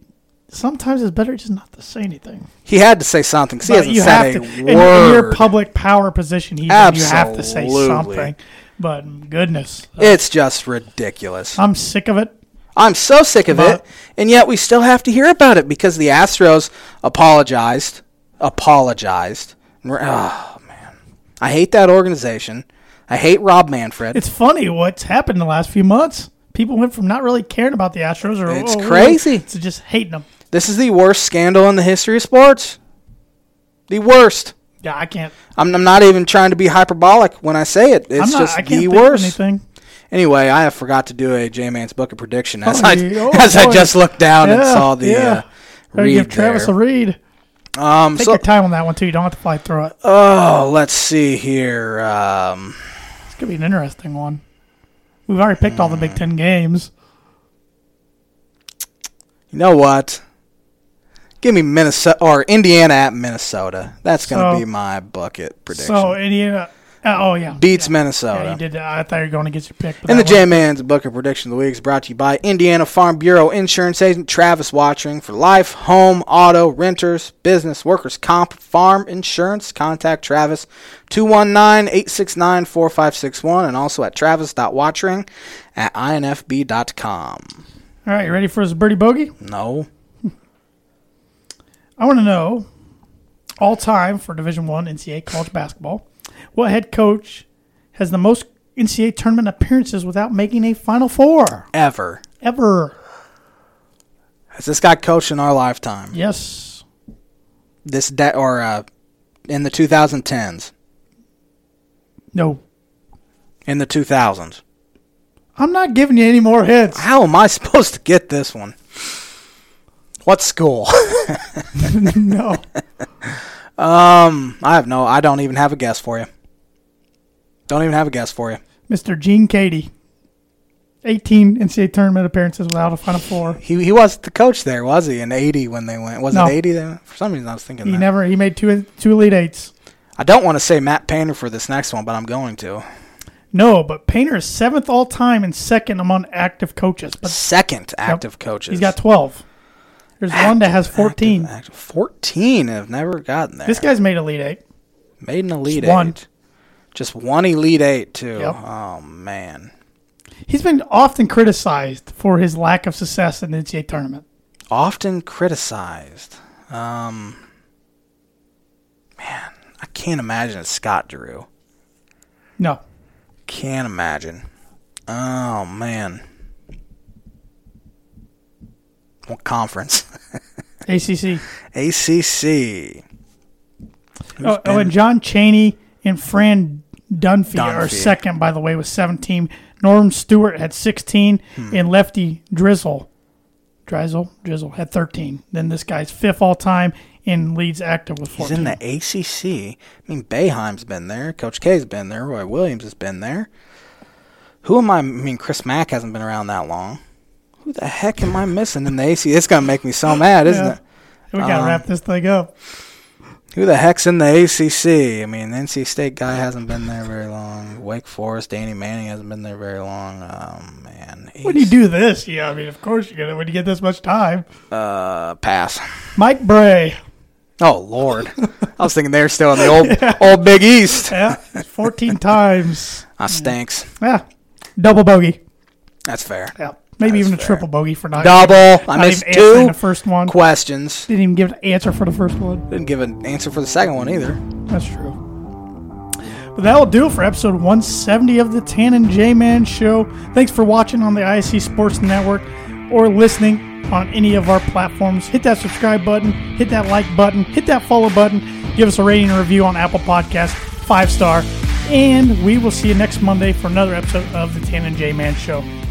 A: Sometimes it's better just not to say anything.
B: He had to say something 'cause
A: But
B: he hasn't said
A: in,
B: a
A: in your
B: word.
A: public power position, he's in, you have to say
B: Absolutely.
A: something. But goodness,
B: It's just ridiculous.
A: I'm sick of it.
B: I'm so sick of
A: But-
B: it, and yet we still have to hear about it because the Astros apologized, apologized. And we're- Oh man, I hate that organization. I hate Rob Manfred.
A: It's funny what's happened in the last few months. People went from not really caring about the Astros or
B: It's
A: or- or-
B: crazy.
A: to just hating them.
B: this is the worst scandal in the history of sports. The worst.
A: Yeah, I can't.
B: I'm, I'm not even trying to be hyperbolic when I say it. It's
A: I'm not.
B: just
A: I can't
B: the
A: think
B: worst.
A: of anything.
B: Anyway, I have forgot to do a J Man's Book of Prediction as
A: Oh,
B: I
A: yeah. Oh,
B: as I
A: boy.
B: just looked down and
A: Yeah,
B: saw the
A: yeah.
B: uh,
A: Better
B: read
A: give Travis
B: there.
A: a read.
B: um,
A: Take
B: so
A: your time on that one too. You don't have to fly through it.
B: oh, let's see here. Um,
A: It's gonna be an interesting one. We've already picked all the Big Ten games.
B: you know what? Give me Minnesota or Indiana at Minnesota. That's going to
A: So-
B: be my bucket prediction.
A: So Indiana. Uh, oh yeah,
B: Beats
A: yeah,
B: Minnesota.
A: you did. I thought you were going to get your pick. but
B: And the
A: that
B: J Man's Book of Prediction of the Week is brought to you by Indiana Farm Bureau Insurance Agent Travis Watchering for life, home, auto, renters, business, workers, comp, farm insurance. Contact Travis 219 869 4561 and also at travis.watchering at infb.com.
A: one- All right, you ready for his birdie bogey?
B: No.
A: I want to know all time for Division One NCAA college basketball. What head coach has the most NCAA tournament appearances without making a Final Four
B: Ever.
A: ever?
B: Has this guy coached in our lifetime?
A: Yes.
B: This de- or uh, in the 2010s,
A: No.
B: in the 2000s.
A: I'm not giving you any more hints.
B: How am I supposed to get this one? What school?
A: no.
B: Um, I have no. I don't even have a guess for you. Don't even have a guess for you.
A: Mr. Gene Cady. 18 NCAA tournament appearances without a Final Four.
B: He he wasn't the coach there, was he? In '80 when they went, was
A: No.
B: it '80? Then for some reason I was thinking
A: He
B: that.
A: never. He made two two Elite Eights.
B: I don't want to say Matt Painter for this next one, but I'm going to
A: No, but Painter is seventh all time and second among active coaches. But
B: second active coaches.
A: he's got 12. There's one that has 14.
B: Active- Fourteen have never gotten there.
A: This guy's made Elite Eight.
B: made an elite
A: one.
B: eight. Just one elite eight too.
A: Yep.
B: Oh man,
A: He's been often criticized for his lack of success in the NCAA tournament.
B: often criticized. Um, man, I can't imagine it's Scott Drew.
A: No.
B: Can't imagine. Oh man. What conference?
A: ACC.
B: ACC.
A: Oh, oh, and John Cheney and Fran Dunphy, are
B: Dunphy.
A: second, by the way, with 17. Norm Stewart had 16,
B: Hmm.
A: and Lefty Drizzle, Drizzle, Drizzle had 13. Then this guy's fifth all time and leads active with
B: He's
A: 14.
B: in the ACC. I mean, Bayheim's been there. Coach K's been there. Roy Williams has been there. Who am I? I mean, Chris Mack hasn't been around that long. Who the heck am I missing in the ACC? It's gonna make me so mad, isn't
A: Yeah.
B: it?
A: we got to
B: um,
A: wrap this thing up.
B: Who the heck's in the ACC? I mean, the NC State guy hasn't been there very long. Wake Forest, Danny Manning hasn't been there very long. Oh man,
A: When you do this, yeah, I mean, of course you're going to, when you get this much time.
B: uh, pass.
A: Mike Bray,
B: Oh Lord, I was thinking they're still in the old old Big East.
A: yeah, 14 times.
B: I stinks.
A: Yeah, double bogey.
B: That's fair.
A: Yeah, maybe
B: That's
A: even a
B: fair.
A: triple bogey for not
B: Double.
A: Not
B: I missed
A: even answering
B: two
A: the first one.
B: questions.
A: Didn't even give an answer for the first one.
B: Didn't give an answer for the second one either.
A: That's true. But that will do it for episode 170 of the Tan and J Man Show. Thanks for watching on the ISC Sports Network or listening on any of our platforms. Hit that subscribe button, hit that like button, hit that follow button. Give us a rating and review on Apple Podcasts, five star. And we will see you next Monday for another episode of the Tan and J Man Show.